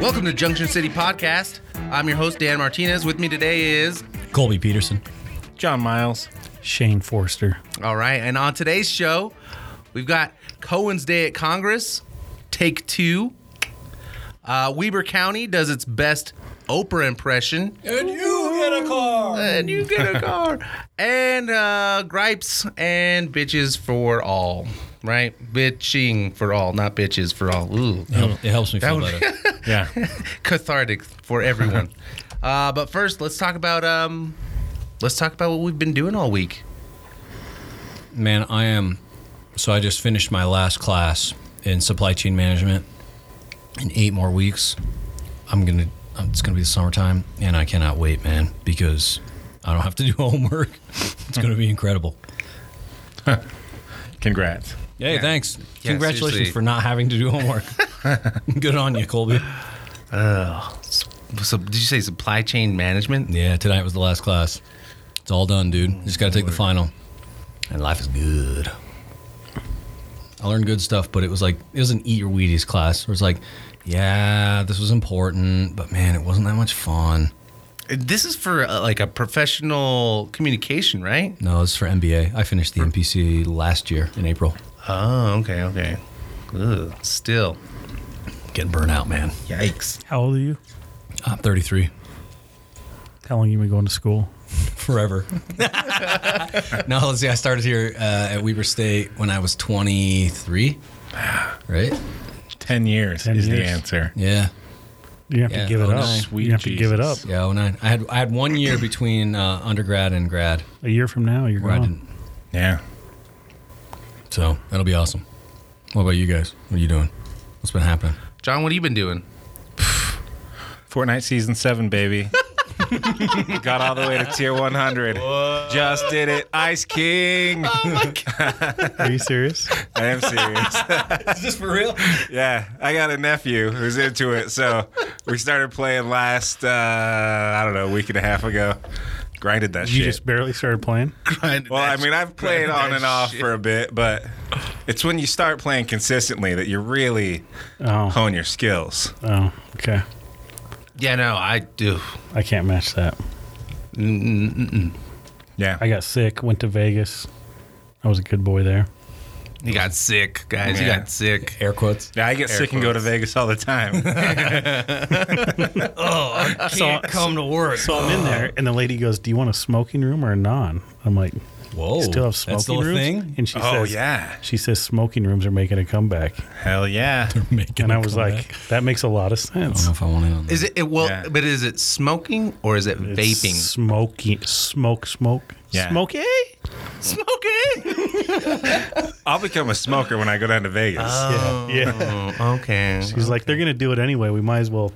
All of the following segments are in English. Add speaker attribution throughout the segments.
Speaker 1: Welcome to Junction City Podcast. I'm your host, Dan Martinez. With me today is.
Speaker 2: Colby Peterson.
Speaker 3: John Miles.
Speaker 4: Shane Forster.
Speaker 1: All right. And on today's show, we've got Cohen's Day at Congress, take two. Uh, Weber County does its best Oprah impression.
Speaker 2: And you get a car.
Speaker 1: And you get a car. and uh, gripes and bitches for all. Right? Bitching for all, not bitches for all. Ooh.
Speaker 2: It helps me feel better.
Speaker 3: Yeah.
Speaker 1: cathartic for everyone. uh, but first, let's talk about um, let's talk about what we've been doing all week.
Speaker 2: Man, I am. So I just finished my last class in supply chain management. In eight more weeks, I'm gonna. It's gonna be the summertime, and I cannot wait, man, because I don't have to do homework. It's gonna be incredible.
Speaker 3: Congrats.
Speaker 2: Hey, thanks.
Speaker 1: Yeah,
Speaker 2: Congratulations
Speaker 1: seriously.
Speaker 2: for not having to do homework. Good on you, Colby.
Speaker 1: So, did you say supply chain management?
Speaker 2: Yeah, tonight was the last class. It's all done, dude. Just got to take the final. And life is good. I learned good stuff, but it was like, it was an eat your Wheaties class where it's like, yeah, this was important, but man, it wasn't that much fun.
Speaker 1: This is for uh, like a professional communication, right?
Speaker 2: No, it's for MBA. I finished the MPC last year in April.
Speaker 1: Oh, okay, okay. Ugh, still,
Speaker 2: Getting burnt out, man.
Speaker 1: yikes.
Speaker 4: How old are you?
Speaker 2: I'm 33.
Speaker 4: How long you been going to school?
Speaker 2: forever. no, let's see. I started here uh, at Weber State when I was 23, right?
Speaker 3: 10 years
Speaker 4: 10
Speaker 3: is the
Speaker 4: years.
Speaker 3: answer.
Speaker 2: Yeah,
Speaker 4: You have
Speaker 2: Yeah,
Speaker 4: to give it
Speaker 2: oh,
Speaker 4: up.
Speaker 2: no.
Speaker 3: Sweet
Speaker 4: you have to give it up.
Speaker 3: Jesus.
Speaker 2: yeah, oh nine. I had I had one year between uh, undergrad and grad
Speaker 4: A year from now, you're
Speaker 2: where I
Speaker 4: gone.
Speaker 2: didn't.
Speaker 3: Yeah.
Speaker 2: So that'll be awesome. What about you guys? What are you doing? What's been happening?
Speaker 1: John, what have you been doing?
Speaker 3: Fortnite season seven, baby. Got all the way to tier 100. Just did it. Ice King.
Speaker 4: Are you serious?
Speaker 3: I am serious.
Speaker 2: Is this for real?
Speaker 3: Yeah, I got a nephew who's into it. So we started playing last, uh, I don't know, a week and a half ago. Grinded that
Speaker 4: You
Speaker 3: shit.
Speaker 4: just barely started playing.
Speaker 3: Well, I mean, I've played on and off for a bit, but it's when you start playing consistently that you really
Speaker 4: Oh,
Speaker 3: hone your skills.
Speaker 4: oh, okay.
Speaker 1: yeah, no, I do.
Speaker 4: I can't match that.
Speaker 3: Yeah.
Speaker 4: I got sick. Went to Vegas. I was a good boy there.
Speaker 1: You got sick, guys. You
Speaker 3: Yeah.
Speaker 1: got sick.
Speaker 2: Air quotes.
Speaker 3: Yeah, I get sick and go to Vegas all the time.
Speaker 4: Can't
Speaker 2: come to work.
Speaker 4: So I'm in there, and the lady goes, "Do you want a smoking room or a non?" I'm like, "You
Speaker 2: Whoa,
Speaker 4: "Still have smoking
Speaker 2: Oh, that's still
Speaker 4: rooms?"
Speaker 2: a thing.
Speaker 4: And she
Speaker 3: oh
Speaker 4: says,
Speaker 3: yeah,
Speaker 4: She says smoking rooms are making a comeback,
Speaker 3: hell yeah.
Speaker 2: Making
Speaker 4: and
Speaker 2: a
Speaker 4: I was like,
Speaker 2: comeback. Oh,
Speaker 4: "That makes a lot of
Speaker 2: I don't
Speaker 4: sense."
Speaker 2: know if I want in on that.
Speaker 1: Is it, it well?
Speaker 3: Yeah.
Speaker 1: But is it smoking or is it
Speaker 4: It's
Speaker 1: vaping?
Speaker 4: smoking, smoke, smoke,
Speaker 3: Yeah.
Speaker 4: smoky.
Speaker 1: Smoking.
Speaker 3: I'll become a smoker when I go down to Vegas.
Speaker 4: Yeah, yeah.
Speaker 1: Oh, okay.
Speaker 4: He's like, they're gonna do it anyway. We might as well,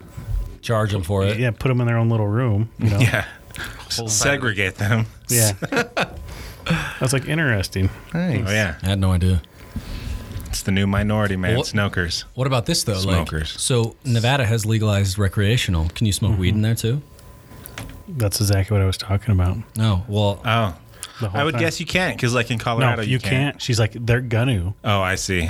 Speaker 2: Charge them for it.
Speaker 4: yeah, put them in their own little room. You know?
Speaker 3: yeah, segregate them.
Speaker 4: yeah. I was like, interesting.
Speaker 3: Oh yeah,
Speaker 2: I had no idea.
Speaker 3: it's the new minority man,
Speaker 2: What?
Speaker 3: smokers.
Speaker 2: What about this though? Like,
Speaker 3: Smokers.
Speaker 2: so Nevada has legalized recreational. Can you smoke
Speaker 4: Mm-hmm.
Speaker 2: weed in there too?
Speaker 4: That's exactly what I was talking about.
Speaker 2: No. Well,
Speaker 3: Oh,
Speaker 4: The whole
Speaker 3: I would
Speaker 4: time.
Speaker 3: guess you can't because like in
Speaker 4: No,
Speaker 3: Colorado,
Speaker 4: you can't. She's like, they're gonna.
Speaker 3: Oh, I see.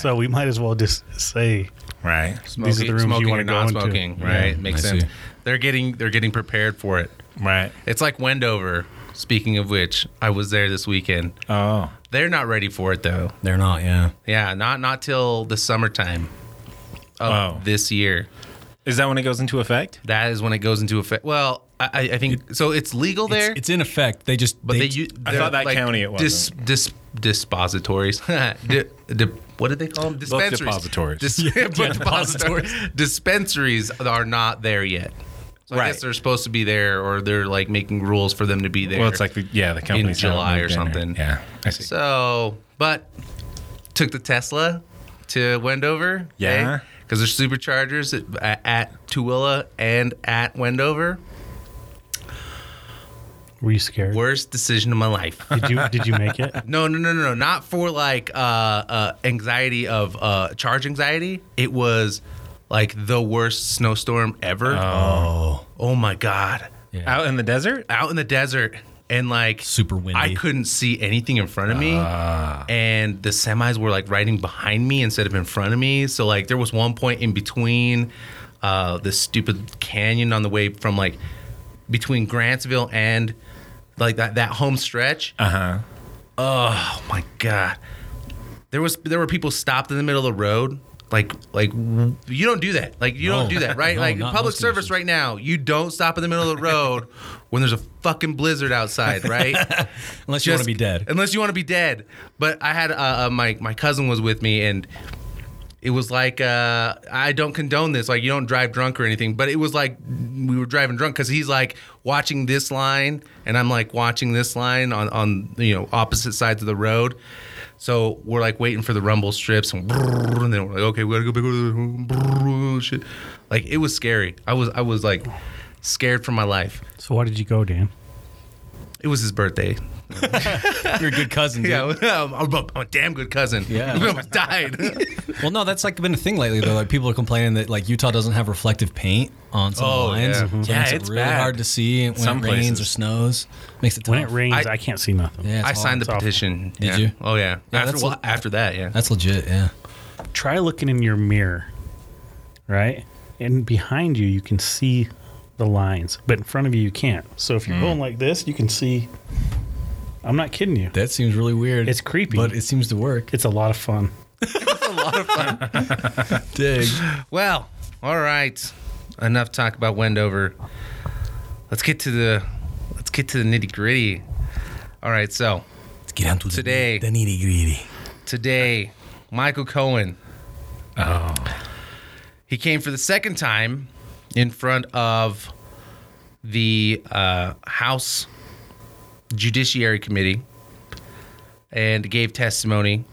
Speaker 4: So we might as well just say,
Speaker 3: Right.
Speaker 4: These are the rooms you
Speaker 1: smoking
Speaker 4: wanna
Speaker 1: or
Speaker 4: go into.
Speaker 1: non-smoking, right?
Speaker 2: Yeah,
Speaker 1: Makes
Speaker 2: I
Speaker 1: sense.
Speaker 2: see.
Speaker 1: They're getting they're getting prepared for it.
Speaker 3: Right.
Speaker 1: It's like Wendover. Speaking of which, I was there this weekend.
Speaker 3: Oh,
Speaker 1: They're not ready for it though.
Speaker 2: they're not. Yeah.
Speaker 1: Yeah, not not till the summertime of
Speaker 3: Oh.
Speaker 1: this year.
Speaker 3: is that when it goes into effect?
Speaker 1: That is when it goes into effect. Well, I, I I think so. It's legal there,
Speaker 2: It's, it's in effect. They just.
Speaker 1: but they, u-
Speaker 3: I
Speaker 1: they're,
Speaker 3: thought that county it
Speaker 1: dis, dis, dispositories. Di- di- what did they call them? Dispensaries.
Speaker 3: depositories.
Speaker 1: Dis- book depositories. Dispensaries are not there yet. So I
Speaker 3: Right.
Speaker 1: guess they're supposed to be there, or they're like making rules for them to be there.
Speaker 3: Well, it's like the, yeah, the company's haven't
Speaker 1: July
Speaker 3: moved
Speaker 1: or
Speaker 3: in there.
Speaker 1: something.
Speaker 3: Yeah, I see.
Speaker 1: So, but took the Tesla to Wendover.
Speaker 3: Yeah.
Speaker 1: Because there's superchargers at, at, at Tooele and at Wendover.
Speaker 4: were you scared?
Speaker 1: Worst decision of my life.
Speaker 4: Did you did you make it?
Speaker 1: No, no, no, no, no. Not for like uh, uh, anxiety of uh, charge anxiety. It was like the worst snowstorm ever. Oh, oh my god!
Speaker 3: Out in the desert?
Speaker 1: Out in the desert, and like
Speaker 2: Super windy. Ah.
Speaker 1: I couldn't see anything in front of me, and the semis were like riding behind me instead of in front of me. So like there was one point in between uh, this stupid canyon on the way from like between Grantsville and like that that home stretch. Uh
Speaker 2: Uh-huh.
Speaker 1: huh. Oh my god. There was there were people stopped in the middle of the road. Like like w- you don't do that. Like you don't
Speaker 2: No.
Speaker 1: do that, right?
Speaker 2: No,
Speaker 1: like
Speaker 2: not
Speaker 1: public
Speaker 2: most
Speaker 1: service right
Speaker 2: conditions.
Speaker 1: now, you don't stop in the middle of the road when there's a fucking blizzard outside, right?
Speaker 2: Unless you want
Speaker 1: Just-
Speaker 2: to be dead.
Speaker 1: Unless you want to be dead. But I had uh, uh, my my cousin was with me and it was like uh, I don't condone this. Like you don't drive drunk or anything, but it was like we were driving drunk because he's like watching this line and I'm like watching this line on on you know opposite sides of the road. So we're like waiting for the rumble strips and, brrrr, and then we're like, okay, we gotta go back. brrrr, Shit, like it was scary. I was I was like scared for my life.
Speaker 4: So why did you go, Dan?
Speaker 1: It was his birthday,
Speaker 2: You're a good cousin. dude.
Speaker 1: Yeah, I'm, I'm a- I'm a damn good cousin.
Speaker 2: Yeah.
Speaker 1: I almost died.
Speaker 2: Well, no, that's like been a thing lately though. Like people are complaining that like Utah doesn't have reflective paint on some
Speaker 1: Oh,
Speaker 2: lines.
Speaker 1: yeah.
Speaker 2: So it
Speaker 1: Yeah,
Speaker 2: makes it
Speaker 1: it's
Speaker 2: really
Speaker 1: bad.
Speaker 2: hard to see when it
Speaker 3: Some
Speaker 2: rains
Speaker 3: places.
Speaker 2: or snows. Makes it tough.
Speaker 4: When it rains,
Speaker 1: I-
Speaker 4: I, can't see nothing.
Speaker 2: Yeah, it's
Speaker 1: I
Speaker 2: hard.
Speaker 1: signed the
Speaker 4: awful.
Speaker 1: petition.
Speaker 2: Did
Speaker 1: yeah.
Speaker 2: you?
Speaker 1: Oh yeah.
Speaker 2: Yeah,
Speaker 1: after,
Speaker 2: that's
Speaker 1: well,
Speaker 2: what-
Speaker 1: after that, yeah.
Speaker 2: That's legit. Yeah.
Speaker 4: Try looking in your mirror, right? And behind you, you can see the lines, but in front of you, you can't. So if you're going like this, you can see. I'm not kidding you.
Speaker 2: That seems really weird.
Speaker 4: It's creepy.
Speaker 2: but it seems to work.
Speaker 4: It's a lot of fun.
Speaker 2: Dig.
Speaker 1: Well, all right. Enough talk about Wendover. Let's get to the let's get to the nitty gritty. All right, so
Speaker 2: Let's get down to
Speaker 1: Today.
Speaker 2: the, the nitty gritty.
Speaker 1: today, Michael Cohen. Oh. He came for the second time in front of the uh, House Judiciary Committee and gave testimony.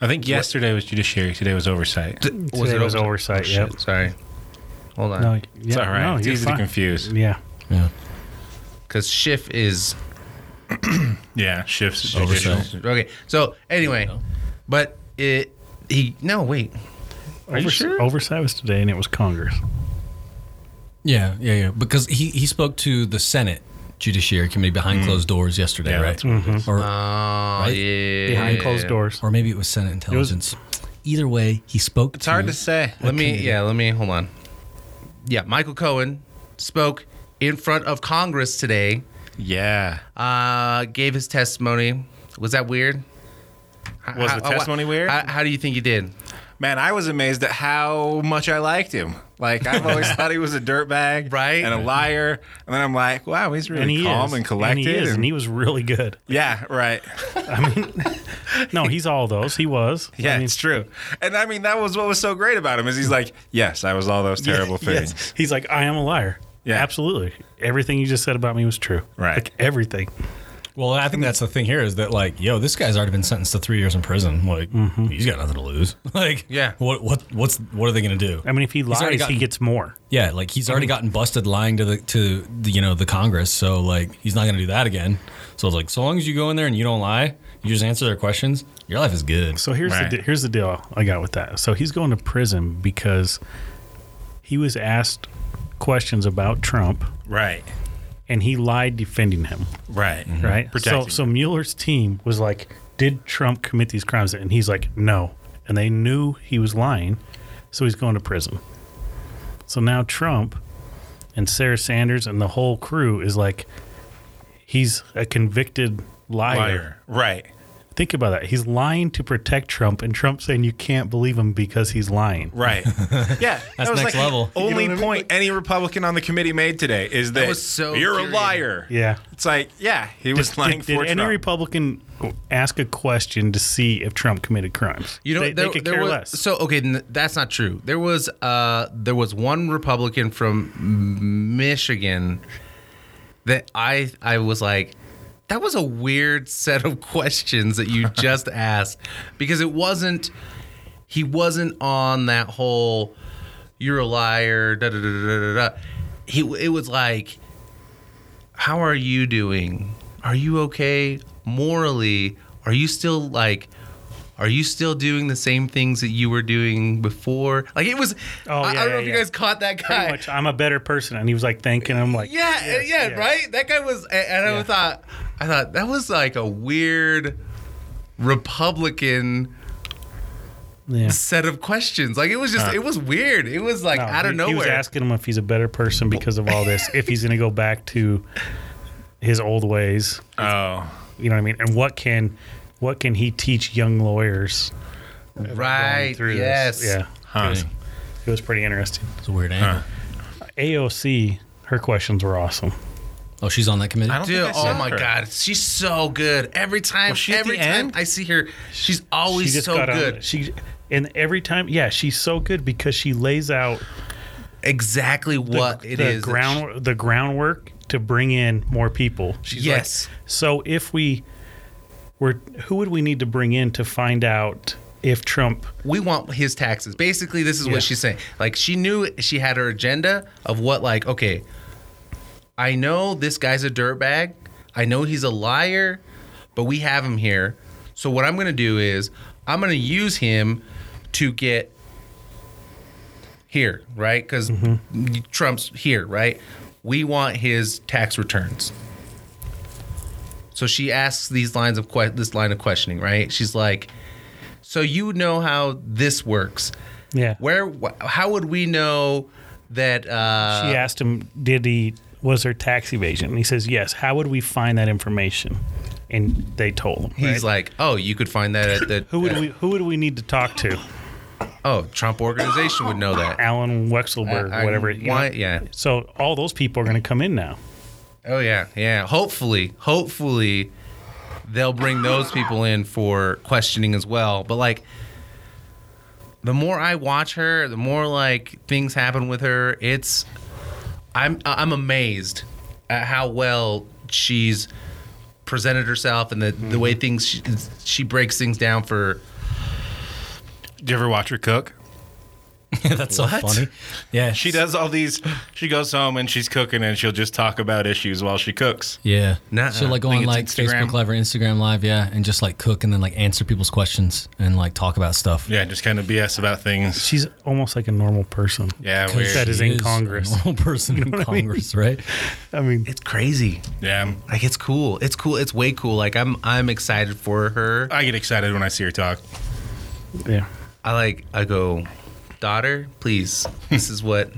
Speaker 3: I think yesterday was judiciary. Today was oversight.
Speaker 1: Was
Speaker 4: Today
Speaker 1: it oversight?
Speaker 4: was
Speaker 1: Oh,
Speaker 4: oversight. Yep.
Speaker 1: Sorry. Hold
Speaker 4: No,
Speaker 1: on.
Speaker 4: yeah,
Speaker 3: It's all right.
Speaker 4: no,
Speaker 3: it's
Speaker 4: you're
Speaker 3: easy
Speaker 4: fine.
Speaker 3: to confuse.
Speaker 4: Yeah.
Speaker 2: Yeah.
Speaker 1: Because Schiff is.
Speaker 3: Yeah, shifts is
Speaker 2: Oversight.
Speaker 3: judicial.
Speaker 1: Okay. So, anyway, but it. He. No, wait.
Speaker 4: Are you sure? Oversight was today, and it was Congress.
Speaker 2: Yeah. Yeah. Yeah. Because he he spoke to the Senate Judiciary Committee behind closed doors yesterday,
Speaker 3: Yeah,
Speaker 2: right?
Speaker 3: that's
Speaker 2: Or
Speaker 1: Oh, yeah.
Speaker 4: Behind closed doors.
Speaker 2: or maybe it was Senate
Speaker 4: was-
Speaker 2: Intelligence. Either way, he spoke.
Speaker 3: It's hard to say.
Speaker 1: Let me. Yeah, let me. Hold on. Yeah, Michael Cohen spoke in front of Congress today,
Speaker 3: Yeah.
Speaker 1: uh, gave his testimony. Was that weird? H-
Speaker 3: Was
Speaker 1: how-
Speaker 3: the testimony
Speaker 1: how-
Speaker 3: weird?
Speaker 1: How, how do you think he did?
Speaker 3: Man, I was amazed at how much I liked him. Like I've always thought he was a dirtbag,
Speaker 1: Right.
Speaker 3: and a liar. And then I'm like, wow, he's really
Speaker 4: And he
Speaker 3: calm
Speaker 4: is.
Speaker 3: and collected.
Speaker 4: And he is, and he was really good.
Speaker 3: yeah, right.
Speaker 4: No, he's all those. He was. I
Speaker 3: Yeah,
Speaker 4: mean,
Speaker 3: it's true. And I mean, that was what was so great about him is he's like, yes, I was all those terrible things.
Speaker 4: yes. He's like, I am a liar.
Speaker 3: Yeah.
Speaker 4: Absolutely. Everything you just said about me was true.
Speaker 3: Right.
Speaker 4: Like everything.
Speaker 2: Well, I think that's the thing here is that like, yo, this guy's already been sentenced to three years in prison. Like, he's got nothing to lose. Like,
Speaker 1: Yeah.
Speaker 2: what what what's what are they gonna do?
Speaker 4: I mean, if he lies,
Speaker 2: already
Speaker 4: he
Speaker 2: gotten-
Speaker 4: gets more.
Speaker 2: Yeah, like he's already gotten busted lying to the to the, you know the Congress, so like he's not gonna do that again. So it's like, so long as you go in there and you don't lie, you just answer their questions, your life is good.
Speaker 4: So here's
Speaker 3: Right.
Speaker 4: the de- here's the deal I got with that. So he's going to prison because he was asked questions about Trump
Speaker 3: Right.
Speaker 4: and he lied defending him.
Speaker 3: Right.
Speaker 4: Right.
Speaker 3: Protecting
Speaker 4: So so Mueller's team was like, did Trump commit these crimes? And he's like, no. And they knew he was lying, so he's going to prison. So now Trump and Sarah Sanders and the whole crew is like, he's a convicted liar.
Speaker 3: Liar. Right.
Speaker 4: Think about that. He's lying to protect Trump, and Trump saying you can't believe him because he's lying.
Speaker 3: Right. Yeah.
Speaker 2: That's
Speaker 3: that was
Speaker 2: next
Speaker 3: like
Speaker 2: level.
Speaker 3: The only point any Republican on the committee made today is that,
Speaker 1: was so
Speaker 3: you're
Speaker 1: infuriating.
Speaker 3: a liar.
Speaker 4: Yeah.
Speaker 3: It's like, yeah, he was lying
Speaker 4: Did, did
Speaker 3: for
Speaker 4: any
Speaker 3: Trump.
Speaker 4: Republican ask a question to see if Trump committed crimes?
Speaker 1: You know,
Speaker 4: they,
Speaker 1: there,
Speaker 4: they could
Speaker 1: there
Speaker 4: care
Speaker 1: was,
Speaker 4: less.
Speaker 1: So okay, n- that's not true. There was uh, there was one Republican from M- Michigan that I I was like, that was a weird set of questions that you just asked because it wasn't he wasn't on that whole you're a liar da da da da da da. He it was like, how are you doing? Are you okay morally? Are you still like? Are you still doing the same things that you were doing before? Like it was.
Speaker 4: Oh,
Speaker 1: I, I
Speaker 4: yeah,
Speaker 1: don't know
Speaker 4: yeah,
Speaker 1: if you
Speaker 4: yeah.
Speaker 1: guys caught that
Speaker 4: pretty
Speaker 1: guy.
Speaker 4: much I'm a better person. And he was like thanking him like
Speaker 1: Yeah, yeah,
Speaker 4: yes, yes.
Speaker 1: right. That guy was, and I
Speaker 4: Yeah.
Speaker 1: thought, I thought that was like a weird Republican
Speaker 4: Yeah.
Speaker 1: set of questions. Like it was just, it was weird. It was like
Speaker 4: No,
Speaker 1: out of
Speaker 4: he,
Speaker 1: nowhere.
Speaker 4: He was asking him if he's a better person because of all this, if he's going to go back to his old ways.
Speaker 3: Oh,
Speaker 4: You know what I mean? And what can what can he teach young lawyers
Speaker 1: right?
Speaker 4: through
Speaker 1: Yes.
Speaker 4: this? Yeah,
Speaker 3: huh.
Speaker 4: it was pretty interesting.
Speaker 2: It's a weird angle.
Speaker 4: AOC, her questions were awesome.
Speaker 2: Oh, she's on that committee.
Speaker 3: I don't
Speaker 1: Dude,
Speaker 3: think I
Speaker 1: oh
Speaker 3: saw
Speaker 1: my
Speaker 3: her.
Speaker 1: god, she's so good. Every time,
Speaker 3: Was she at
Speaker 1: every
Speaker 3: the
Speaker 1: time
Speaker 3: end?
Speaker 1: I see her, she's always Oh, so
Speaker 4: got on-
Speaker 1: good.
Speaker 4: she and every time, yeah, she's so good because she lays out
Speaker 1: Exactly what it is.
Speaker 4: the
Speaker 1: that she-
Speaker 4: ground the groundwork to bring in more people. She's like,
Speaker 1: Yes.
Speaker 4: so if we were, who would we need to bring in to find out if Trump?
Speaker 1: we want his taxes. Basically, this is
Speaker 4: Yeah.
Speaker 1: what she's saying. Like she knew she had her agenda of what like okay, I know this guy's a dirtbag. I know he's a liar, but we have him here. So what I'm going to do is I'm going to use him to get here, right? Cuz Trump's here, right? We want his tax returns. So she asks these lines of que- this line of questioning, right? She's like, so you know how this works.
Speaker 4: Yeah,
Speaker 1: Where? Wh- how would we know that? Uh,
Speaker 4: she asked him, did he was there tax evasion? And he says, yes. How would we find that information? And they told him.
Speaker 1: He's
Speaker 4: right?
Speaker 1: like, oh, you could find that at the.
Speaker 4: who would we who would we need to talk to?
Speaker 1: Oh, Trump organization would know that.
Speaker 4: Alan Wexelberg,
Speaker 1: I-
Speaker 4: whatever. you know?
Speaker 1: why- yeah.
Speaker 4: So all those people are going to come in now.
Speaker 1: Oh yeah, yeah. Hopefully, hopefully, they'll bring those people in for questioning as well. But like, the more I watch her, the more like things happen with her. It's, I'm I'm amazed at how well she's presented herself and the the way things she, she breaks things down for.
Speaker 3: Did you ever watch her cook?
Speaker 2: That's so funny. Yeah,
Speaker 3: She does all these. She goes home and she's cooking, and she'll just talk about issues while she cooks.
Speaker 2: Yeah.
Speaker 1: Nuh-uh.
Speaker 2: She'll like go
Speaker 3: Think
Speaker 2: on
Speaker 3: it's
Speaker 2: like
Speaker 3: Instagram.
Speaker 2: Facebook Live or Instagram Live, yeah, and just like cook and then like answer people's questions and like talk about stuff.
Speaker 3: Yeah, just kind of BS about things.
Speaker 4: She's almost like a normal person.
Speaker 3: Yeah,
Speaker 2: 'Cause
Speaker 3: weird.
Speaker 4: That is
Speaker 2: she
Speaker 4: in Congress.
Speaker 2: A normal person in Congress, right?
Speaker 4: I mean,
Speaker 1: It's crazy.
Speaker 3: yeah,
Speaker 1: Like it's cool. It's cool. It's way cool. Like I'm I'm excited for her.
Speaker 3: I get excited when I see her talk.
Speaker 4: yeah.
Speaker 1: I like I go, daughter, please. This is what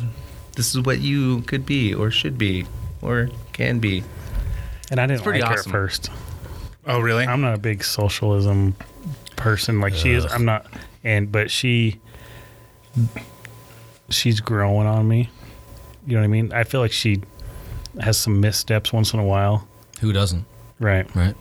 Speaker 1: this is what you could be or should be or can be.
Speaker 4: And I didn't
Speaker 1: pretty
Speaker 4: like
Speaker 1: awesome.
Speaker 4: her at first.
Speaker 3: Oh, really?
Speaker 4: I'm not a big socialism person like she is. I'm not, and but she, she's growing on me. You know what I mean? I feel like she has some missteps once in a while,
Speaker 2: Who doesn't,
Speaker 4: right?
Speaker 2: right?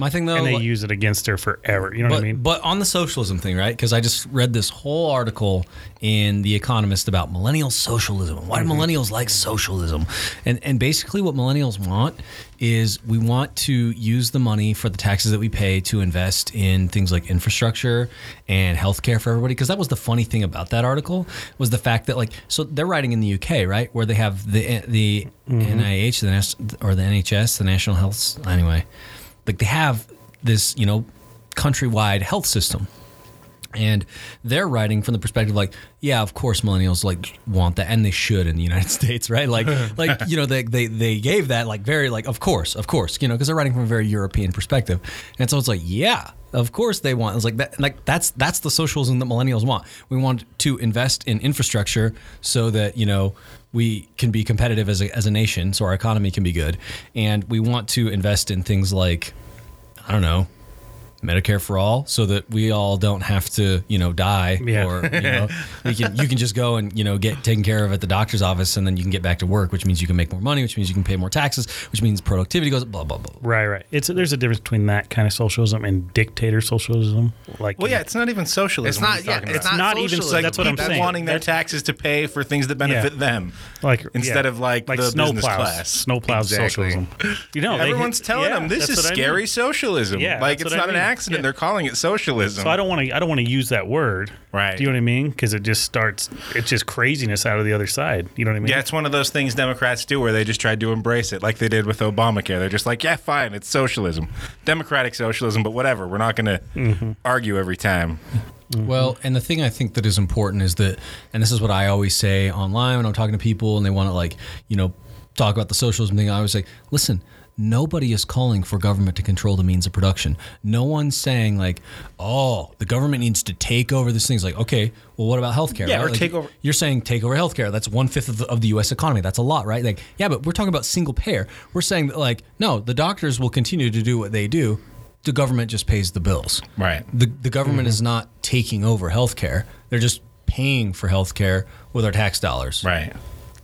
Speaker 2: My thing though,
Speaker 4: And they
Speaker 2: like-
Speaker 4: use it against her forever. You know
Speaker 2: but,
Speaker 4: what I mean?
Speaker 2: but on the socialism thing, right? Because I just read this whole article in The Economist about millennial socialism. Why
Speaker 4: Mm-hmm.
Speaker 2: do millennials like socialism? And and basically, what millennials want is we want to use the money for the taxes that we pay to invest in things like infrastructure and healthcare for everybody. Because that was the funny thing about that article was the fact that like so they're writing in the UK, right, where they have the the
Speaker 4: Mm-hmm.
Speaker 2: NIH, the nas- or the NHS, the National Health anyway like they have this you know countrywide health system and they're writing from the perspective like yeah of course millennials like want that and they should in the united states right like like you know they, they they gave that like very like of course of course you know because they're writing from a very european perspective and so it's like yeah of course they want it's like that like that's that's the socialism that millennials want we want to invest in infrastructure so that you know we can be competitive as a, as a nation so our economy can be good and we want to invest in things like i don't know Medicare for all, so that we all don't have to, you know, die,
Speaker 4: Yeah.
Speaker 2: or you know, we can you can just go and you know get taken care of at the doctor's office, and then you can get back to work, which means you can make more money, which means you can pay more taxes, which means productivity goes up, blah blah blah.
Speaker 4: right, right. It's there's a difference between that kind of socialism and dictator socialism. Like,
Speaker 3: Well, yeah, it's not even socialism.
Speaker 1: It's
Speaker 3: what
Speaker 1: not
Speaker 3: he's
Speaker 1: yeah,
Speaker 3: talking
Speaker 1: it's
Speaker 3: about.
Speaker 1: not,
Speaker 4: Not even
Speaker 1: socialism.
Speaker 4: like That's what I'm
Speaker 3: People
Speaker 4: saying.
Speaker 3: wanting their
Speaker 4: That's-
Speaker 3: taxes to pay for things that benefit
Speaker 4: Yeah.
Speaker 3: them.
Speaker 4: like
Speaker 3: instead
Speaker 4: yeah.
Speaker 3: of like,
Speaker 4: like
Speaker 3: the
Speaker 4: snowplows,
Speaker 3: business class.
Speaker 4: snowplows
Speaker 1: Exactly.
Speaker 4: socialism. You know, they hit-
Speaker 3: Everyone's telling
Speaker 4: yeah,
Speaker 3: them this
Speaker 4: that's
Speaker 3: is
Speaker 4: what I mean.
Speaker 3: scary socialism.
Speaker 4: Yeah,
Speaker 3: like
Speaker 4: that's
Speaker 3: it's
Speaker 4: what I
Speaker 3: not an
Speaker 4: mean.
Speaker 3: accident.
Speaker 4: Yeah.
Speaker 3: They're calling it socialism.
Speaker 4: So I don't want to. I don't want to use that word.
Speaker 3: Right.
Speaker 4: Do you know what I mean? Because it just starts. It's just craziness out of the other side. You know what I mean?
Speaker 3: Yeah, it's one of those things Democrats do where they just tried to embrace it, like they did with Obamacare. They're just like, yeah, fine, it's socialism, democratic socialism, but whatever. We're not going to argue every time. Mm-hmm.
Speaker 2: Well, and the thing I think that is important is that, and this is what I always say online when I'm talking to people and they want to like, you know, talk about the socialism thing. I always say, listen, nobody is calling for government to control the means of production. No one's saying like, "Oh, the government needs to take over this thing." It's like, okay, well, what about healthcare?
Speaker 3: Yeah, or
Speaker 2: Like,
Speaker 3: take over-
Speaker 2: You're saying take over healthcare. That's one fifth of the, of the U.S. economy. That's a lot, right? Like, yeah, but we're talking about single payer. We're saying that like, no, the doctors will continue to do what they do. The government just pays the bills.
Speaker 3: Right.
Speaker 2: The the government
Speaker 3: Mm-hmm.
Speaker 2: is not taking over healthcare. They're just paying for healthcare with our tax dollars.
Speaker 3: Right.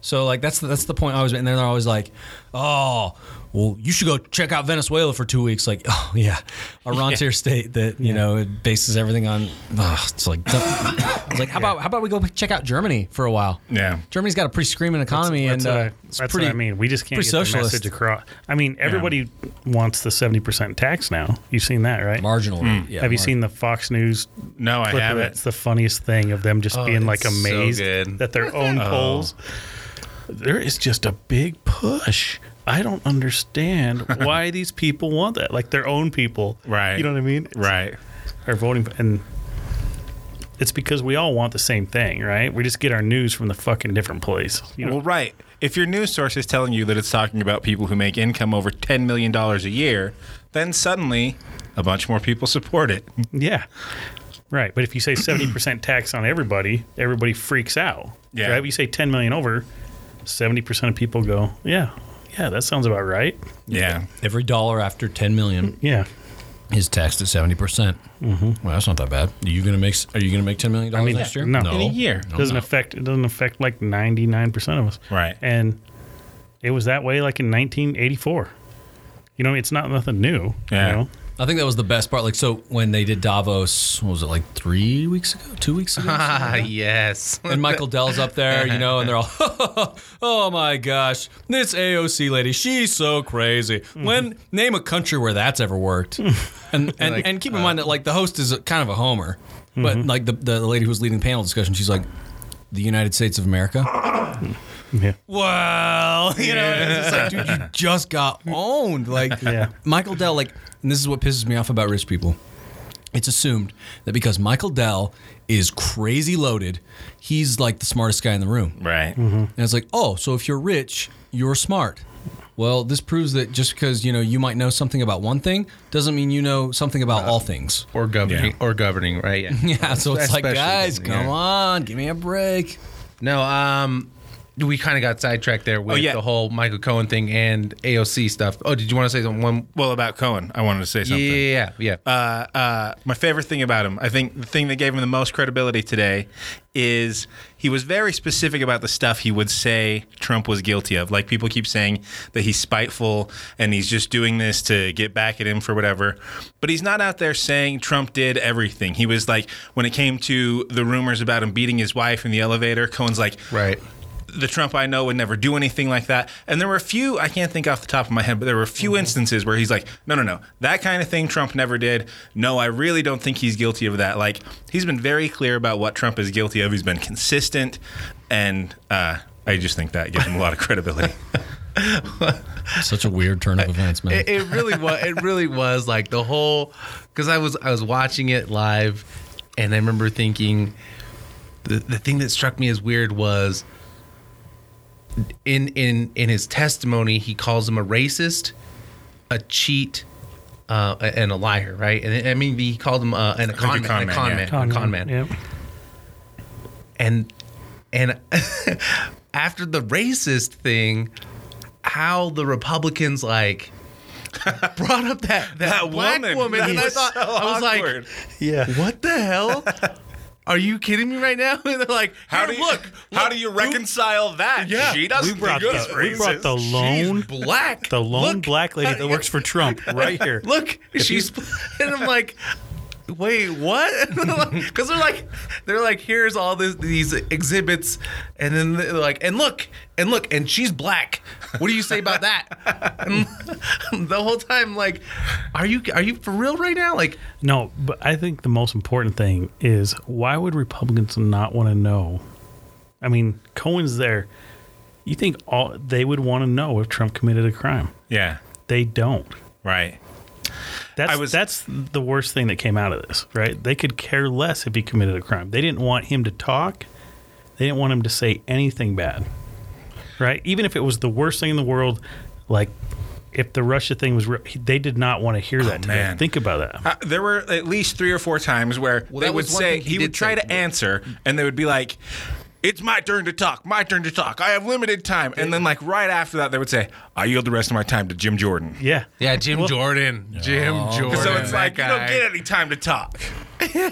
Speaker 2: So like that's the, that's the point I was. And then they're always like, oh, well, you should go check out Venezuela for two weeks. Like, oh yeah, a rentier state that you know it bases everything on. ugh, it's like, it's like how about how about we go check out Germany for a while?
Speaker 3: Yeah.
Speaker 2: Germany's got a pretty screaming economy
Speaker 4: That's,
Speaker 2: and
Speaker 4: what, I,
Speaker 2: uh, it's
Speaker 4: that's what
Speaker 2: pretty.
Speaker 4: I mean. We just can't
Speaker 2: pretty
Speaker 4: get the
Speaker 2: socialist.
Speaker 4: message across. I mean, everybody wants the seventy percent tax now. You've seen that, right?
Speaker 2: marginal.
Speaker 3: Mm.
Speaker 2: rate. Yeah,
Speaker 4: Have you
Speaker 2: marginal.
Speaker 4: seen the Fox News?
Speaker 3: No, Oh, I
Speaker 4: clip of it?
Speaker 3: haven't.
Speaker 4: It's the funniest thing of them just being like
Speaker 1: it's so
Speaker 4: amazed
Speaker 1: good.
Speaker 4: at their own
Speaker 3: Oh.
Speaker 4: polls. There is just a big push. I don't understand why these people want that. Like their own people,
Speaker 3: Right.
Speaker 4: You know what I mean?
Speaker 3: Right.
Speaker 4: Are voting, and it's because we all want the same thing, right? We just get our news from the fucking different place. You know,
Speaker 3: Well, right. If your news source is telling you that it's talking about people who make income over $10 million a year, then suddenly a bunch more people support it.
Speaker 4: Yeah. Right. But if you say 70% tax on everybody, everybody freaks out.
Speaker 3: Yeah.
Speaker 4: Right? If you say 10 million over, 70% of people go, yeah, yeah, that sounds about right.
Speaker 3: Yeah.
Speaker 2: every dollar after ten million
Speaker 4: Yeah.
Speaker 2: is taxed at seventy percent? Mm-hmm. Well, that's not that bad. Are you gonna make Are you gonna make ten million dollars
Speaker 4: mean,
Speaker 2: next year?
Speaker 4: no.
Speaker 3: In a year.
Speaker 2: No,
Speaker 4: doesn't
Speaker 2: no.
Speaker 4: affect it doesn't affect like 99% of us.
Speaker 3: Right.
Speaker 4: And it was that way like in 1984. You know, it's not nothing new.
Speaker 3: Yeah.
Speaker 4: You know?
Speaker 2: I think that was the best part. Like, so when they did Davos, what was it like three weeks ago, two weeks ago?
Speaker 1: Ah, yes.
Speaker 2: and Michael Dell's up there, you know, and they're all, oh my gosh, this AOC lady, she's so crazy. When name a country where that's ever worked, and and,
Speaker 1: Like,
Speaker 2: and keep in
Speaker 4: uh,
Speaker 2: mind that like the host is a, kind of a homer, but
Speaker 4: Mm-hmm.
Speaker 2: like the the lady who's leading the panel discussion, she's like. The United States of America.
Speaker 4: Yeah.
Speaker 2: Well, you know, it's just like, dude, you just got owned. Like,
Speaker 4: Yeah.
Speaker 2: Michael Dell, like, and this is what pisses me off about rich people. It's assumed that because Michael Dell is crazy loaded, he's like the smartest guy in the room.
Speaker 3: Right.
Speaker 2: And it's like, oh, so if you're rich, you're smart. Well, this proves that just because you know you might know something about one thing doesn't mean you know something about all things.
Speaker 1: or governing or governing, right? Yeah.
Speaker 2: Yeah, so it's like,
Speaker 1: Especially
Speaker 2: guys,
Speaker 1: doesn't-
Speaker 2: come
Speaker 1: yeah.
Speaker 2: on, give me a break.
Speaker 1: No, um we kind of got sidetracked there with
Speaker 3: yeah.
Speaker 1: the whole Michael Cohen thing and AOC stuff. Oh, did you want to say something? One,
Speaker 3: Well, about Cohen, I wanted to say
Speaker 1: yeah,
Speaker 3: something.
Speaker 1: yeah, yeah.
Speaker 3: uh, uh, my favorite thing about him, I think the thing that gave him the most credibility today is he was very specific about the stuff he would say Trump was guilty of. Like people keep saying that he's spiteful and he's just doing this to get back at him for whatever. But he's not out there saying Trump did everything. He was like, when it came to the rumors about him beating his wife in the elevator, Cohen's like,
Speaker 1: right.
Speaker 3: the Trump I know would never do anything like that. And there were a few, I can't think off the top of my head, but there were a few instances where he's like, no, no, no, that kind of thing Trump never did. No, I really don't think he's guilty of that. Like, he's been very clear about what Trump is guilty of. He's been consistent. And uh, I just think that gives him a lot of credibility.
Speaker 2: Such a weird turn of events, man.
Speaker 1: It, it really was. It really was like the whole because I was I was watching it live, and I remember thinking the the thing that struck me as weird was in in in his testimony he calls him a racist, a cheat. Uh, and a liar, right? And I mean, he called him uh, an, a con,
Speaker 3: con
Speaker 1: man, a
Speaker 3: man,
Speaker 1: con
Speaker 3: yeah.
Speaker 1: man, a con man
Speaker 4: Yep.
Speaker 1: and and after the racist thing, how the Republicans like brought up that that, black woman,
Speaker 3: woman.
Speaker 1: and I
Speaker 3: That
Speaker 1: thought
Speaker 3: was so
Speaker 1: I was
Speaker 3: awkward.
Speaker 4: Yeah.
Speaker 1: like, what the hell? Are you kidding me right now? And they're like,
Speaker 3: How
Speaker 1: "Here,
Speaker 3: do you
Speaker 1: look?
Speaker 3: How do you reconcile that?
Speaker 1: Yeah.
Speaker 3: she
Speaker 4: We
Speaker 3: doesn't.
Speaker 4: brought,
Speaker 3: think
Speaker 4: the,
Speaker 3: it's
Speaker 4: we brought the
Speaker 3: racist.
Speaker 4: lone,
Speaker 1: She's black.
Speaker 4: the lone
Speaker 1: Look,
Speaker 4: black lady that works for Trump right here.
Speaker 1: Look, she's and I'm like, wait, what? Because they're like, they're like, here's all this, these exhibits, and then they're like, and look, and look, and she's black. What do you say about that? And the whole time, like, are you are you for real right now? Like,
Speaker 4: No, but I think the most important thing is why would Republicans not want to know? I mean, Cohen's there. You think all they would want to know if Trump committed a crime?
Speaker 3: Yeah.
Speaker 4: They don't.
Speaker 3: Right.
Speaker 4: That's
Speaker 3: I was-
Speaker 4: that's the worst thing that came out of this, right? They could care less if he committed a crime. They didn't want him to talk. They didn't want him to say anything bad. Right? Even if it was the worst thing in the world, like if the Russia thing was real, he- they did not want to hear that today.
Speaker 3: Oh, man.
Speaker 4: Think about that.
Speaker 3: Uh, there were at least three or four times where
Speaker 1: Well,
Speaker 3: they
Speaker 1: that
Speaker 3: would
Speaker 1: was one
Speaker 3: say
Speaker 1: thing he
Speaker 3: he, would
Speaker 1: did
Speaker 3: try
Speaker 1: say.
Speaker 3: to answer, and they would be like, "It's my turn to talk. My turn to talk. I have limited time." And then, like right after that, they would say, "I yield the rest of my time to Jim Jordan."
Speaker 4: Yeah.
Speaker 1: Yeah, Jim Jordan. Jim Jordan.
Speaker 3: So it's
Speaker 1: that
Speaker 3: like you don't
Speaker 1: guy.
Speaker 3: get any time to talk.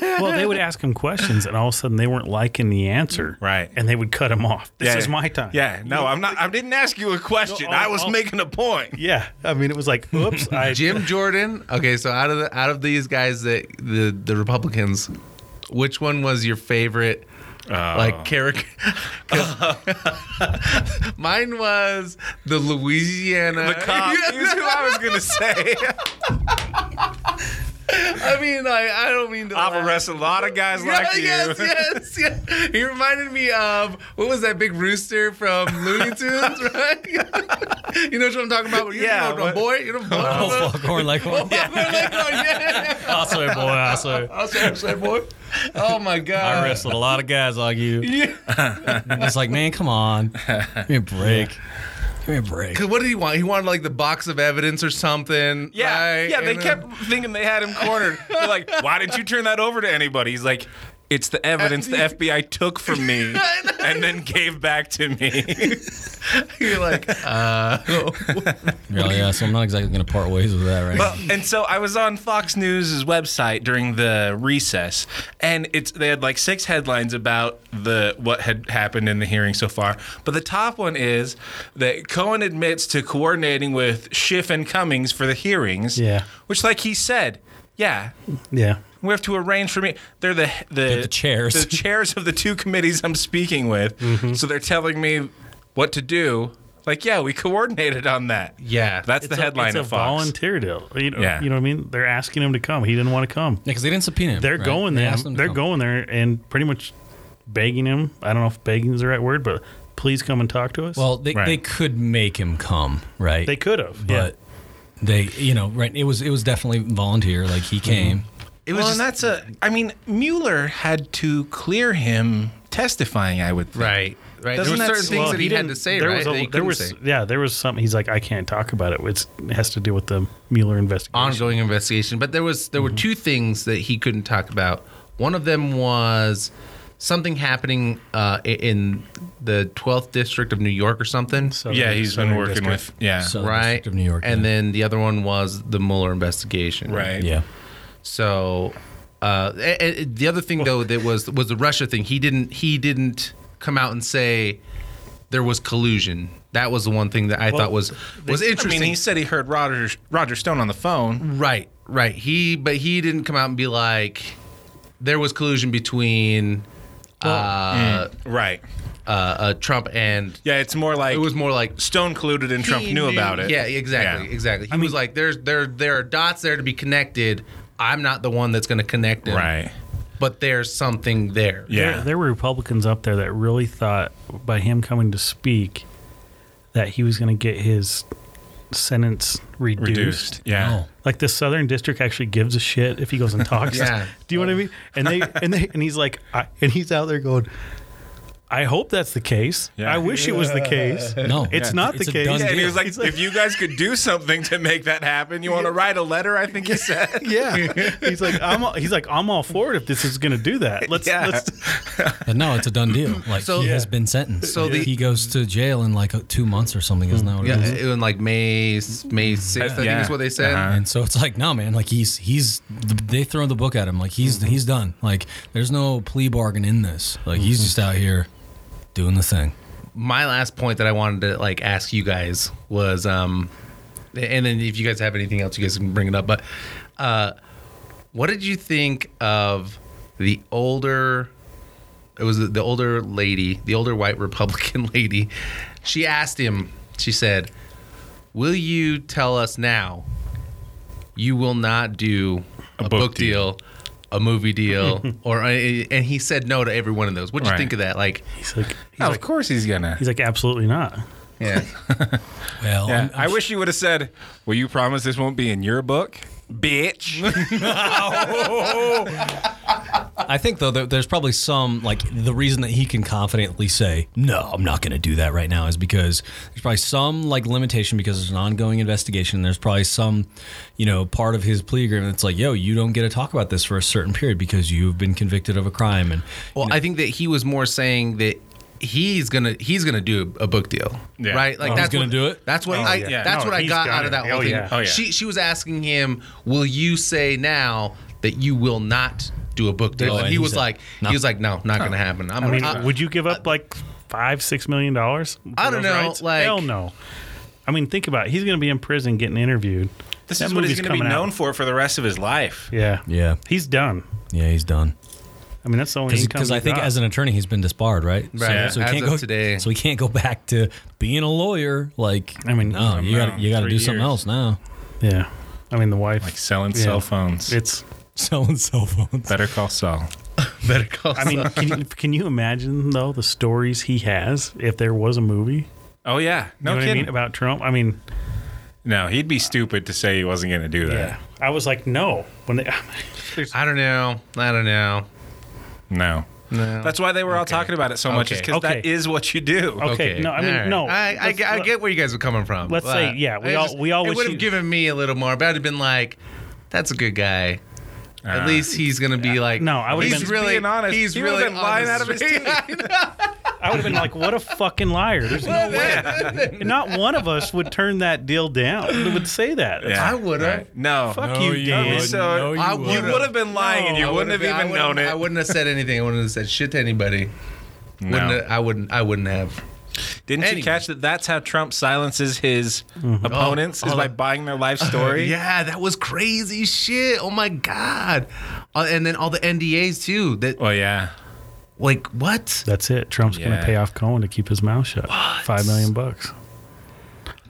Speaker 4: Well, they would ask him questions, and all of a sudden they weren't liking the answer.
Speaker 3: Right.
Speaker 4: And they would cut him off. This
Speaker 3: Yeah.
Speaker 4: is my time.
Speaker 3: Yeah, no, I'm not. I didn't ask you a question.
Speaker 4: No, I'll-
Speaker 3: I was
Speaker 4: I'll-
Speaker 3: making a point.
Speaker 4: Yeah. I mean, it was like, oops. I,
Speaker 1: Jim Jordan. Okay, so out of the out of these guys that the the Republicans, which one was your favorite?
Speaker 3: Oh.
Speaker 1: Like character, 'Cause- mine was the Louisiana.
Speaker 3: The cop is who I was gonna say.
Speaker 1: I mean, like, I don't mean to.
Speaker 3: I've
Speaker 1: laugh.
Speaker 3: arrested a lot of guys
Speaker 1: Yeah,
Speaker 3: like you.
Speaker 1: yes, yes, yes. He reminded me of what was that big rooster from Looney Tunes, right? you know what I'm talking about? You
Speaker 3: Yeah,
Speaker 1: know, the
Speaker 3: what-
Speaker 1: boy, you know, boy.
Speaker 2: Oh, foghorn leghorn.
Speaker 1: Yeah. yeah.
Speaker 2: I say, boy, I say,
Speaker 1: I'll say, I'll say, boy. Oh my god.
Speaker 2: I wrestled a lot of guys like you. And Uh, it's like, man, come on, give me a break, give me a break.
Speaker 1: Cause what did he want? He wanted like the box of evidence or something.
Speaker 3: Yeah,
Speaker 1: right?
Speaker 3: yeah. They
Speaker 1: And then-
Speaker 3: kept thinking they had him cornered. They're like, "Why didn't you turn that over to anybody?" He's like, "It's the evidence the FBI took from me and then gave back to me."
Speaker 1: You're like, uh,
Speaker 2: Yeah, yeah. So I'm not exactly gonna part ways with that right
Speaker 3: Well, and so I was on Fox News' website during the recess, and it's they had like six headlines about the what had happened in the hearing so far. But the top one is that Cohen admits to coordinating with Schiff and Cummings for the hearings.
Speaker 4: Yeah.
Speaker 3: which, like he said, yeah,
Speaker 4: yeah.
Speaker 3: We have to arrange for me. They're the the,
Speaker 2: the chairs.
Speaker 3: the chairs Mm-hmm. of the two committees I'm speaking with. So they're telling me what to do. Like, yeah, we coordinated on that.
Speaker 1: Yeah.
Speaker 3: that's the
Speaker 4: It's a-
Speaker 3: headline
Speaker 4: It's a
Speaker 3: of Fox.
Speaker 4: volunteer deal. You know,
Speaker 3: Yeah.
Speaker 4: you know what I mean? They're asking him to come. He didn't want to come.
Speaker 2: because they didn't subpoena him.
Speaker 4: They're
Speaker 2: right?
Speaker 4: going
Speaker 2: They
Speaker 4: there.
Speaker 2: asked him to
Speaker 4: They're
Speaker 2: come.
Speaker 4: going there and pretty much begging him. I don't know if begging is the right word, but please come and talk to us.
Speaker 2: Well, they,
Speaker 3: Right.
Speaker 2: they could make him come, right?
Speaker 4: they could have. yeah.
Speaker 2: but they, you know, right? It was it was definitely volunteer. Like he came.
Speaker 1: it was
Speaker 3: well,
Speaker 1: just-
Speaker 3: and that's a. I mean, Mueller had to clear him testifying. I would think.
Speaker 1: right, right.
Speaker 3: Doesn't
Speaker 1: there
Speaker 3: that
Speaker 1: were certain
Speaker 3: s-
Speaker 1: things
Speaker 4: Well,
Speaker 1: that he, had
Speaker 4: didn't-
Speaker 1: to say,
Speaker 4: there
Speaker 1: right?
Speaker 4: Was
Speaker 1: that he
Speaker 4: a, there
Speaker 1: couldn't
Speaker 4: was
Speaker 1: say.
Speaker 4: yeah, there was something. He's like, I can't talk about it. It's, it has to do with the Mueller investigation.
Speaker 1: ongoing investigation. But there was there were two things that he couldn't talk about. One of them was something happening uh, i- in the 12th district of New York or something.
Speaker 4: So
Speaker 3: Yeah, he's been working with. Yeah.
Speaker 2: So-
Speaker 1: Right
Speaker 2: District of New York,
Speaker 1: and
Speaker 2: yeah.
Speaker 1: then the other one was the Mueller investigation.
Speaker 3: right.
Speaker 2: Yeah.
Speaker 1: So, uh, a- a- the other thing though that was was the Russia thing. He didn't he didn't come out and say there was collusion. That was the one thing that I thought was was
Speaker 3: I
Speaker 1: interesting.
Speaker 3: mean, he said he heard Roger Roger Stone on the phone.
Speaker 1: Right, right. He but he didn't come out and be like there was collusion between uh,
Speaker 3: Right.
Speaker 1: uh, uh, Trump and
Speaker 3: Yeah, it's more like
Speaker 1: it was more like
Speaker 3: Stone colluded and Trump
Speaker 1: he
Speaker 3: knew, about it.
Speaker 1: Yeah, exactly,
Speaker 3: Yeah.
Speaker 1: exactly. He was like there's there there are dots there to be connected. I'm not the one that's going to connect them.
Speaker 3: Right.
Speaker 1: But there's something there.
Speaker 3: Yeah.
Speaker 4: There were Republicans up there that really thought by him coming to speak that he was going to get his sentence reduced.
Speaker 3: Reduced. Yeah.
Speaker 2: Oh.
Speaker 4: Like the Southern District actually gives a shit if he goes and talks.
Speaker 1: Yeah.
Speaker 4: Do you know what I mean? And they and they and he's like, I, and he's out there going, I hope that's the case.
Speaker 3: Yeah.
Speaker 4: I wish it was the case.
Speaker 2: No,
Speaker 4: It's not
Speaker 2: It's
Speaker 4: the
Speaker 2: a
Speaker 4: case.
Speaker 2: done
Speaker 3: Yeah, and he
Speaker 2: deal.
Speaker 3: was like, if you guys could do something to make that happen, you want to write a letter, I think he said.
Speaker 4: Yeah, he's like I'm. All, he's like I'm all for it if this is going to do that. Let's.
Speaker 3: Yeah.
Speaker 4: let's
Speaker 2: But no, it's a done deal. Like
Speaker 1: So-
Speaker 2: he has
Speaker 1: Yeah.
Speaker 2: been sentenced.
Speaker 1: So
Speaker 2: So
Speaker 1: the-
Speaker 2: he goes to jail in like uh, two months or something, isn't that what
Speaker 1: Yeah,
Speaker 2: it is?
Speaker 1: it was like May s- May sixth, I
Speaker 3: Uh, Yeah.
Speaker 1: think is what they said.
Speaker 3: Uh-huh.
Speaker 2: And so it's like, no, man, like he's he's they throw the book at him, like he's he's done. Like there's no plea bargain in this. Like he's just out here doing the thing.
Speaker 1: my last point that I wanted to like ask you guys was um and then if you guys have anything else you guys can bring it up but uh what did you think of the older it was the older lady, the older white Republican lady. She asked him, she said, "Will you tell us now you will not do a, book,
Speaker 3: book
Speaker 1: deal, a movie deal or a-" and he said no to every one of those. What did you
Speaker 3: Right.
Speaker 1: think of that? Like
Speaker 4: he's like. He's
Speaker 3: Oh,
Speaker 4: like,
Speaker 3: of course he's gonna.
Speaker 4: he's like absolutely not.
Speaker 1: yeah.
Speaker 2: Well,
Speaker 3: Yeah,
Speaker 2: I'm-
Speaker 3: i wish you would have said, "Will you promise this won't be in your book, bitch?"
Speaker 2: I think though that there's probably some like the reason that he can confidently say no, I'm not going to do that right now is because there's probably some like limitation because there's an ongoing investigation. There's probably some, you know, part of his plea agreement that's like, yo, you don't get to talk about this for a certain period because you've been convicted of a crime. And
Speaker 1: Well, I think that he was more saying that he's gonna he's gonna do a book deal,
Speaker 3: Yeah.
Speaker 1: right? Like
Speaker 2: Oh, he's
Speaker 1: that's
Speaker 2: gonna
Speaker 1: what-
Speaker 2: do it?
Speaker 1: That's what I
Speaker 4: yeah.
Speaker 1: that's
Speaker 4: No,
Speaker 1: what I
Speaker 4: he's
Speaker 1: got
Speaker 4: got
Speaker 1: out of
Speaker 4: it.
Speaker 1: that
Speaker 4: Oh,
Speaker 1: whole thing.
Speaker 4: yeah.
Speaker 3: Oh, yeah.
Speaker 1: She she was asking him, "Will you say now that you will not do a book deal?"
Speaker 2: Oh,
Speaker 1: and
Speaker 2: and
Speaker 1: he
Speaker 2: he
Speaker 1: was
Speaker 2: said,
Speaker 1: like,
Speaker 2: "No."
Speaker 1: he was like, "No, not gonna happen." I'm
Speaker 4: I mean,
Speaker 1: I-
Speaker 4: would you give up like five, six million dollars? for
Speaker 1: I don't
Speaker 4: those
Speaker 1: know, like-
Speaker 4: Hell no. I mean, think about it. He's going to be in prison getting interviewed.
Speaker 3: This
Speaker 4: That
Speaker 3: is what he's
Speaker 4: movie's
Speaker 3: going to be
Speaker 4: coming out.
Speaker 3: known for for the rest of his life.
Speaker 4: Yeah.
Speaker 2: yeah,
Speaker 4: He's done.
Speaker 2: yeah, he's done.
Speaker 4: I mean, that's the only income
Speaker 2: Because I
Speaker 4: he's
Speaker 2: think
Speaker 4: got.
Speaker 2: as an attorney, he's been disbarred, right?
Speaker 1: Right.
Speaker 2: So, so
Speaker 1: As
Speaker 2: he can't
Speaker 1: of
Speaker 2: go
Speaker 1: today.
Speaker 2: So he can't go back to being a lawyer. Like,
Speaker 4: I mean,
Speaker 2: no, you got you got to do
Speaker 3: three
Speaker 2: something
Speaker 3: years.
Speaker 2: else now.
Speaker 4: yeah. I mean, the wife.
Speaker 3: Like selling
Speaker 4: Yeah.
Speaker 3: cell phones.
Speaker 4: it's.
Speaker 2: Selling cell phones.
Speaker 3: Better call Saul.
Speaker 1: better call.
Speaker 4: I mean, can you, can you imagine though the stories he has if there was a movie?
Speaker 3: Oh yeah, no
Speaker 4: You know what I
Speaker 3: kidding.
Speaker 4: mean about Trump. I mean,
Speaker 3: No, he'd be stupid to say he wasn't going to do that.
Speaker 4: yeah. I was like, no. When they,
Speaker 1: I don't know. I don't know.
Speaker 3: No.
Speaker 1: No.
Speaker 3: That's why they were all talking about it so much, is
Speaker 1: Okay.
Speaker 3: because that
Speaker 4: Okay.
Speaker 3: is what you do.
Speaker 4: okay, no. I mean,
Speaker 1: all right.
Speaker 4: no.
Speaker 1: I, I,
Speaker 4: Let's-
Speaker 1: get- I
Speaker 4: let-
Speaker 1: get where you guys are coming from.
Speaker 4: Let's
Speaker 1: but
Speaker 4: say, yeah, we
Speaker 1: it
Speaker 4: all-
Speaker 1: just-
Speaker 4: we all
Speaker 1: it
Speaker 4: wish
Speaker 1: would
Speaker 4: you-
Speaker 1: have given me a little more, but I'd have been like, "That's a good guy." At least he's gonna be like,
Speaker 4: No, I would've
Speaker 1: he's
Speaker 4: been-
Speaker 1: really
Speaker 3: Ah. being honest.
Speaker 1: He's
Speaker 3: He would've
Speaker 1: really
Speaker 3: been lying
Speaker 1: honest.
Speaker 3: out of his teeth.
Speaker 4: I would have been like, what a fucking liar. There's no way. And not one of us would turn that deal down. Would say that.
Speaker 3: Yeah,
Speaker 1: I would've.
Speaker 3: right. No.
Speaker 4: Fuck
Speaker 2: No,
Speaker 1: Oh,
Speaker 4: you,
Speaker 2: you
Speaker 4: Dan.
Speaker 2: wouldn't.
Speaker 3: So
Speaker 2: No, you
Speaker 3: I- you
Speaker 1: would've.
Speaker 3: would have been lying, and you
Speaker 4: No, I
Speaker 3: wouldn't have
Speaker 1: I
Speaker 3: even
Speaker 1: would've-
Speaker 3: known it.
Speaker 1: I wouldn't have said anything. I wouldn't have said shit to anybody. Wouldn't have, I wouldn't. I wouldn't have.
Speaker 3: Didn't
Speaker 1: Anyway.
Speaker 3: you catch that? That's how Trump silences his opponents is
Speaker 1: Oh,
Speaker 3: by
Speaker 1: oh.
Speaker 3: buying their life story.
Speaker 1: Yeah, that was crazy shit. Oh my god. Uh, and then all the NDAs too. That
Speaker 3: Well, Oh, yeah.
Speaker 1: like what?
Speaker 4: That's it. Trump's going
Speaker 3: Yeah.
Speaker 4: to pay off Cohen to keep his mouth shut. Five million bucks.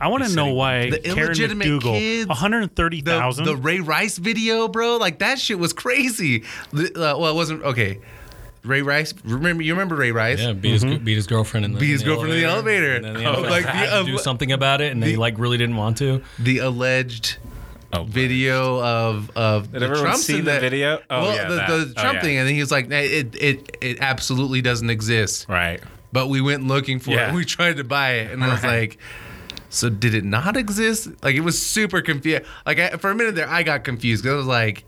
Speaker 4: I want to know
Speaker 3: said he-
Speaker 4: why
Speaker 1: The
Speaker 4: Karen
Speaker 1: illegitimate
Speaker 4: McDougal,
Speaker 1: kids,
Speaker 4: one hundred thirty
Speaker 1: the,
Speaker 4: thousand.
Speaker 1: the Ray Rice video, bro. Like that shit was crazy. The- uh, well, it wasn't okay. Ray Rice, remember you remember Ray Rice?
Speaker 2: Yeah, beat, his, Mm-hmm. beat his girlfriend in the
Speaker 1: Beat his
Speaker 2: in the
Speaker 1: girlfriend in the elevator.
Speaker 2: And then they
Speaker 1: Oh,
Speaker 2: ended up
Speaker 1: like
Speaker 2: had
Speaker 1: the-
Speaker 2: to do
Speaker 1: uh,
Speaker 2: something about it, and they like really didn't want to.
Speaker 1: The alleged
Speaker 3: Oh,
Speaker 1: video of of the
Speaker 3: everyone
Speaker 1: Trumps
Speaker 3: see
Speaker 1: in
Speaker 3: the
Speaker 1: that-
Speaker 3: video? Oh,
Speaker 1: well,
Speaker 3: yeah,
Speaker 1: the,
Speaker 3: that.
Speaker 1: the
Speaker 3: Oh,
Speaker 1: Trump
Speaker 3: yeah.
Speaker 1: thing, and then he was like, "Nah, it it it absolutely doesn't exist.
Speaker 3: Right.
Speaker 1: But we went looking for it.
Speaker 3: Yeah.
Speaker 1: and We tried to buy it, and I was like. So did it not exist? Like it was super confused. Like I, for a minute there, I got confused because I was like,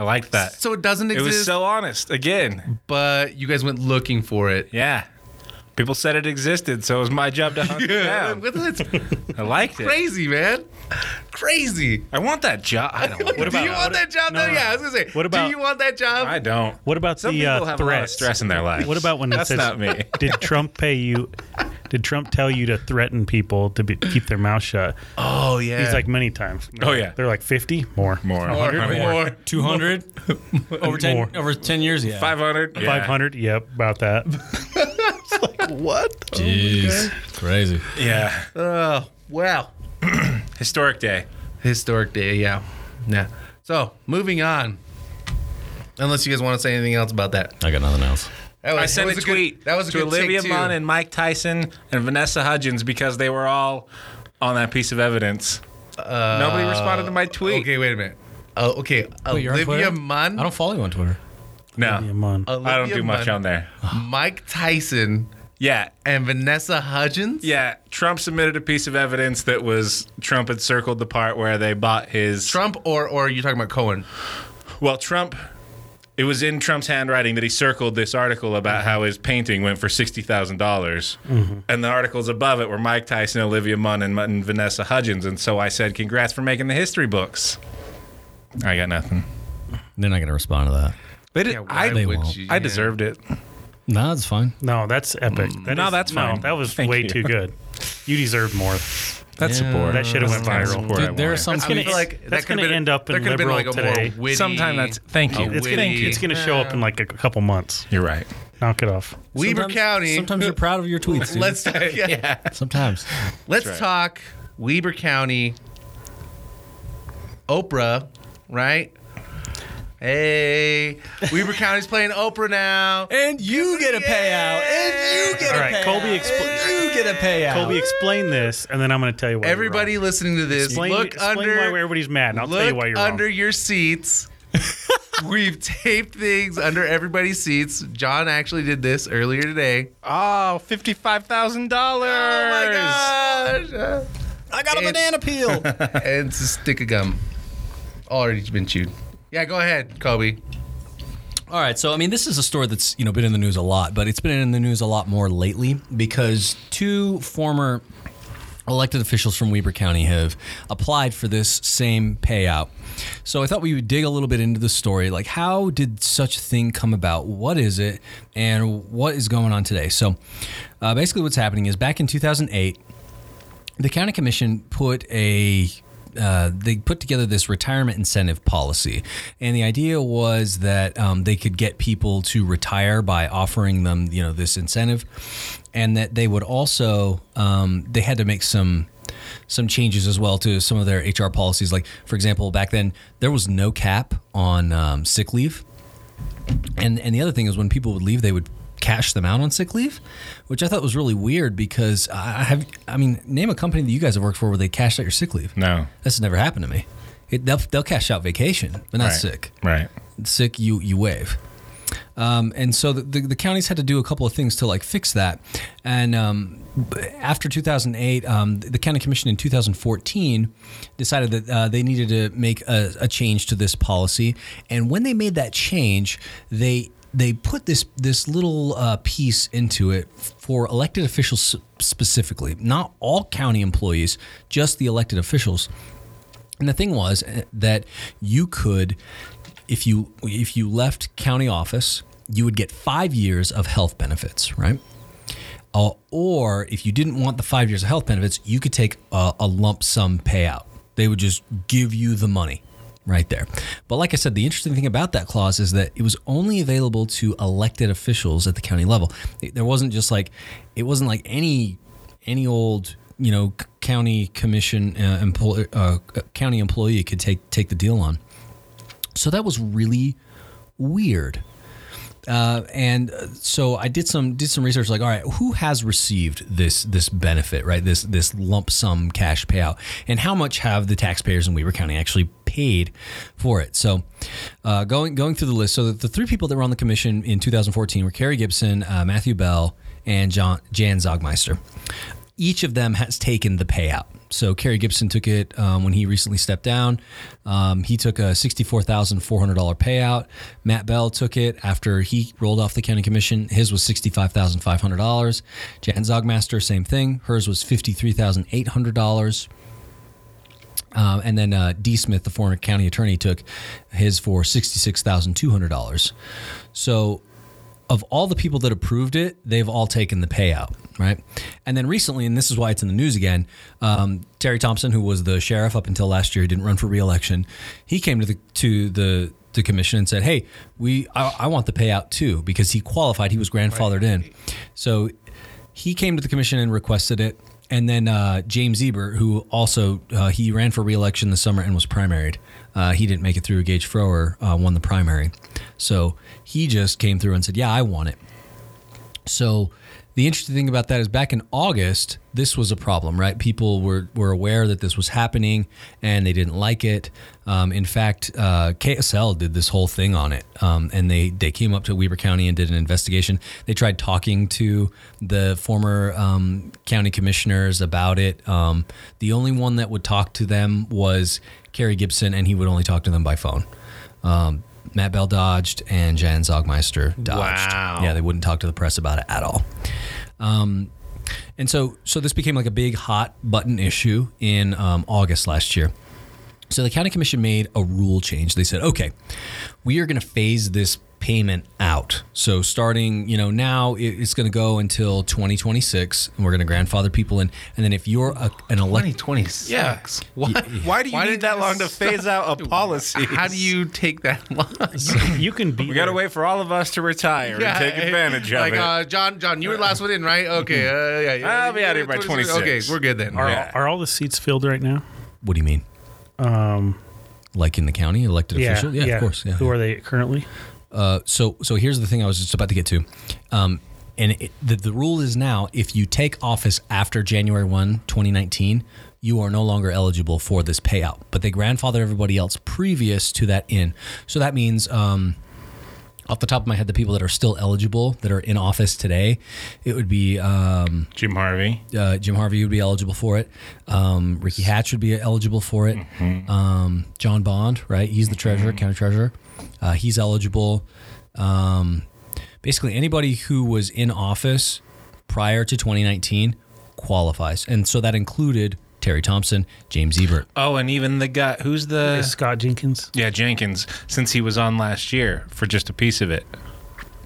Speaker 3: I like that.
Speaker 1: "So it doesn't
Speaker 3: it
Speaker 1: exist."
Speaker 3: was so honest. Again.
Speaker 1: but you guys went looking for it.
Speaker 3: Yeah. People said it existed, so it was my job to hunt it down.
Speaker 1: That's
Speaker 3: I liked it.
Speaker 1: crazy, man. Crazy.
Speaker 3: I want that job. I don't. want
Speaker 1: do you want that job?
Speaker 4: no,
Speaker 1: though?
Speaker 4: no.
Speaker 1: Yeah, I was gonna say.
Speaker 4: What about-
Speaker 1: do you want that job?
Speaker 3: I don't.
Speaker 4: what about
Speaker 3: Some
Speaker 4: the
Speaker 3: people
Speaker 4: uh,
Speaker 3: have a lot of
Speaker 4: threats?
Speaker 3: stress in their life.
Speaker 4: What about when it
Speaker 3: That's
Speaker 4: says,
Speaker 3: not me.
Speaker 4: "Did Trump pay you? Did Trump tell you to threaten people to be, keep their mouth shut?"
Speaker 1: oh yeah.
Speaker 4: He's like many times.
Speaker 3: Oh, yeah.
Speaker 4: they're like fifty more,
Speaker 3: More.
Speaker 1: More, more.
Speaker 2: Two hundred over ten
Speaker 4: More.
Speaker 2: over ten years. Yeah,
Speaker 3: Five hundred.
Speaker 4: five hundred. Yep, about that.
Speaker 1: What?
Speaker 2: Jeez, crazy.
Speaker 3: Yeah.
Speaker 1: Oh, wow.
Speaker 3: Historic day.
Speaker 1: Historic day. Yeah. Yeah. So moving on. Unless you guys want to say anything else about that.
Speaker 2: I got nothing else.
Speaker 1: That was,
Speaker 3: I
Speaker 1: that
Speaker 3: sent a
Speaker 1: was good-
Speaker 3: tweet
Speaker 1: that was a
Speaker 3: to
Speaker 1: good take,
Speaker 3: Olivia
Speaker 1: too.
Speaker 3: Munn and Mike Tyson and Vanessa Hudgens because they were all on that piece of evidence. Nobody responded to my tweet.
Speaker 1: Okay, wait a minute. Uh, okay,
Speaker 2: you're on
Speaker 1: Olivia
Speaker 2: Twitter?
Speaker 1: Munn.
Speaker 2: I don't follow you on Twitter.
Speaker 4: Yeah,
Speaker 3: No,
Speaker 4: man.
Speaker 1: Olivia
Speaker 3: I don't do much on there.
Speaker 1: on Mike Tyson
Speaker 3: Yeah.
Speaker 1: and Vanessa Hudgens.
Speaker 3: Yeah, Trump submitted a piece of evidence that was Trump had circled the part where they bought his.
Speaker 1: Trump or or are you talking about Cohen?
Speaker 3: Well, Trump, it was in Trump's handwriting that he circled this article about how his painting went for sixty dollars,
Speaker 1: Mm-hmm.
Speaker 3: and the articles above it were Mike Tyson, Olivia Munn, and, and Vanessa Hudgens. And so I said, "Congrats for making the history books." I got nothing.
Speaker 2: They're not gonna respond to that.
Speaker 3: They did,
Speaker 1: Yeah, why
Speaker 3: I,
Speaker 2: They
Speaker 1: would
Speaker 2: won't.
Speaker 1: you?
Speaker 3: I deserved it.
Speaker 2: No, that's fine.
Speaker 4: No, that's epic. That
Speaker 3: Mm. no,
Speaker 4: is-
Speaker 3: that's fine.
Speaker 4: that was
Speaker 3: Thank
Speaker 4: way
Speaker 3: you.
Speaker 4: too good. You deserve more.
Speaker 3: That's support.
Speaker 4: That should have went
Speaker 3: That's
Speaker 4: viral.
Speaker 3: support I
Speaker 2: Dude, there are
Speaker 3: wanted.
Speaker 2: some.
Speaker 1: I mean, I feel like
Speaker 4: that's
Speaker 1: that could've
Speaker 4: gonna
Speaker 1: been-
Speaker 4: end up in
Speaker 1: there could've been,
Speaker 4: Liberal
Speaker 1: like a
Speaker 4: today.
Speaker 1: More witty,
Speaker 3: Sometime that's- thank you.
Speaker 1: a
Speaker 3: It's
Speaker 4: It's
Speaker 1: witty-
Speaker 4: gonna, it's gonna show up in like a couple months.
Speaker 3: You're right.
Speaker 4: Knock it off.
Speaker 1: Weber
Speaker 2: sometimes-
Speaker 1: County.
Speaker 2: Sometimes you're proud of your tweets. dude.
Speaker 1: let's yeah.
Speaker 2: sometimes.
Speaker 1: let's
Speaker 3: right.
Speaker 1: talk Weber County. Oprah, right? Hey, Weber County's playing Oprah now.
Speaker 2: And you get a payout. And you get
Speaker 4: All right, Colby, expl-
Speaker 2: You get a payout.
Speaker 4: Colby, explain this, and then I'm gonna tell you why. you're
Speaker 1: Everybody
Speaker 4: wrong.
Speaker 1: listening to this,
Speaker 4: explain,
Speaker 1: look
Speaker 4: explain
Speaker 1: under
Speaker 4: why everybody's mad, and I'll
Speaker 1: look
Speaker 4: tell you why you're
Speaker 1: under
Speaker 4: wrong.
Speaker 1: your seats. We've taped things under everybody's seats. John actually did this earlier today.
Speaker 3: Oh, $55,000. Oh
Speaker 1: my gosh.
Speaker 2: I got a banana peel.
Speaker 1: and it's a stick of gum. Already been chewed. Yeah, go ahead, Kobe.
Speaker 2: All right, so I mean, this is a story that's you know been in the news a lot, but it's been in the news a lot more lately because two former elected officials from Weber County have applied for this same payout. So I thought we would dig a little bit into the story, like how did such a thing come about? What is it, and what is going on today? So uh, basically, what's happening is back in 2008, the county commission put a uh, they put together this retirement incentive policy, and the idea was that um, they could get people to retire by offering them, you know, this incentive, and that they would also um, they had to make some some changes as well to some of their HR policies. Like, for example, back then there was no cap on um, sick leave, and and the other thing is when people would leave, they would cash them out on sick leave, which I thought was really weird because I have, I mean, name a company that you guys have worked for where they cashed out your sick leave.
Speaker 3: No.
Speaker 2: That's never happened to me. It, they'll, they'll cash out vacation, but not
Speaker 3: Right.
Speaker 2: sick.
Speaker 3: Right.
Speaker 2: Sick, you you waive. Um, and so the, the, the counties had to do a couple of things to like fix that. And um, b- after 2008, um, the county commission in 2014 decided that uh, they needed to make a, a change to this policy. And when they made that change, they they put this this little uh, piece into it for elected officials s- specifically, not all county employees, just the elected officials. And the thing was eh, that you could, if you if you left county office, you would get five years of health benefits, right? Uh, or if you didn't want the five years of health benefits, you could take a, a lump sum payout. They would just give you the money right there. But like I said, the interesting thing about that clause is that it was only available to elected officials at the county level. It- There wasn't just like it wasn't like any any old you know c- county commission uh, employ, uh, county employee could take take the deal on. So that was really weird. Uh, and uh, so I did some did some research. Like, all right, who has received this this benefit, right? This this lump sum cash payout, and how much have the taxpayers in Weber County actually paid for it? So, uh, going going through the list, so the, the three people that were on the commission in 2014 were Kerry Gibson, uh, Matthew Bell, and John Jan Zogmeister each of them has taken the payout. So Kerry Gibson took it um, when he recently stepped down. Um, he took a sixty-four thousand four hundred dollar payout. Matt Bell took it after he rolled off the county commission. His was sixty-five thousand five hundred dollars. Jan Zogmaster, same thing. Hers was fifty-three thousand eight hundred dollars. Um, and then uh, D. Smith, the former county attorney, took his for sixty-six thousand two hundred dollars. So of all the people that approved it, they've all taken the payout, right? And then recently, and this is why it's in the news again, um, Terry Thompson, who was the sheriff up until last year, didn't run for reelection. He came to the to the the commission and said, "Hey, we I, I want the payout too because he qualified. He was grandfathered in, so he came to the commission and requested it. And then uh, James Eber, who also uh, he ran for reelection this summer and was primaried. Uh, he didn't make it through. Gage Frower uh, won the primary, so he just came through and said, "Yeah, I want it." So the interesting thing about that is back in August, this was a problem, right? People were, were aware that this was happening and they didn't like it. Um, in fact, uh, KSL did this whole thing on it. Um, and they, they came up to Weber County and did an investigation. They tried talking to the former um, county commissioners about it. Um, the only one that would talk to them was Kerry Gibson, and he would only talk to them by phone. Um, Matt Bell dodged and Jan Zogmeister dodged.
Speaker 3: Wow.
Speaker 2: Yeah, they wouldn't talk to the press about it at all. Um, and so, so this became like a big hot button issue in um, August last year. So the county commission made a rule change. They said, okay, we are going to phase this payment out. So starting, you know, now it- it's going to go until 2026, and we're going to grandfather people in. And then if you're a, an elected
Speaker 1: 2026.
Speaker 3: Yeah. Why, why do you
Speaker 1: Why
Speaker 3: need
Speaker 1: did
Speaker 3: that
Speaker 1: this
Speaker 3: long to phase out a policy?
Speaker 1: How do you take that loss?
Speaker 4: You can be.
Speaker 3: We got to
Speaker 4: there.
Speaker 3: wait for all of us to retire and take advantage of
Speaker 1: like,
Speaker 3: it. Mm-hmm.
Speaker 1: Uh, John, John, you were the last one in, right? Okay, uh, yeah, yeah.
Speaker 3: I'll be out here by
Speaker 1: 26. Okay, we're good then.
Speaker 3: All
Speaker 1: All
Speaker 3: right.
Speaker 1: right.
Speaker 3: Yeah.
Speaker 4: Are all the seats filled right now?
Speaker 2: what do you mean? Um, like in the county, elected official? Yeah, of course. Yeah.
Speaker 4: Who are they currently?
Speaker 2: Uh, so so here's the thing I was just about to get to. Um, and it, the, the rule is now if you take office after January 1, 2019, you are no longer eligible for this payout. But they grandfather everybody else previous to that in. So that means, um, off the top of my head, the people that are still eligible that are in office today, it would be um,
Speaker 3: Jim Harvey.
Speaker 2: uh, Jim Harvey would be eligible for it. Um, Ricky Hatch would be eligible for it. Um, John Bond, right? He's the treasurer, county treasurer. Uh, he's eligible. Um, basically, anybody who was in office prior to 2019 qualifies, and so that included Terry Thompson, James Ebert.
Speaker 3: Oh, and even the guy who's the
Speaker 4: Scott Jenkins.
Speaker 3: yeah Jenkins since he was on last year for just a piece of it.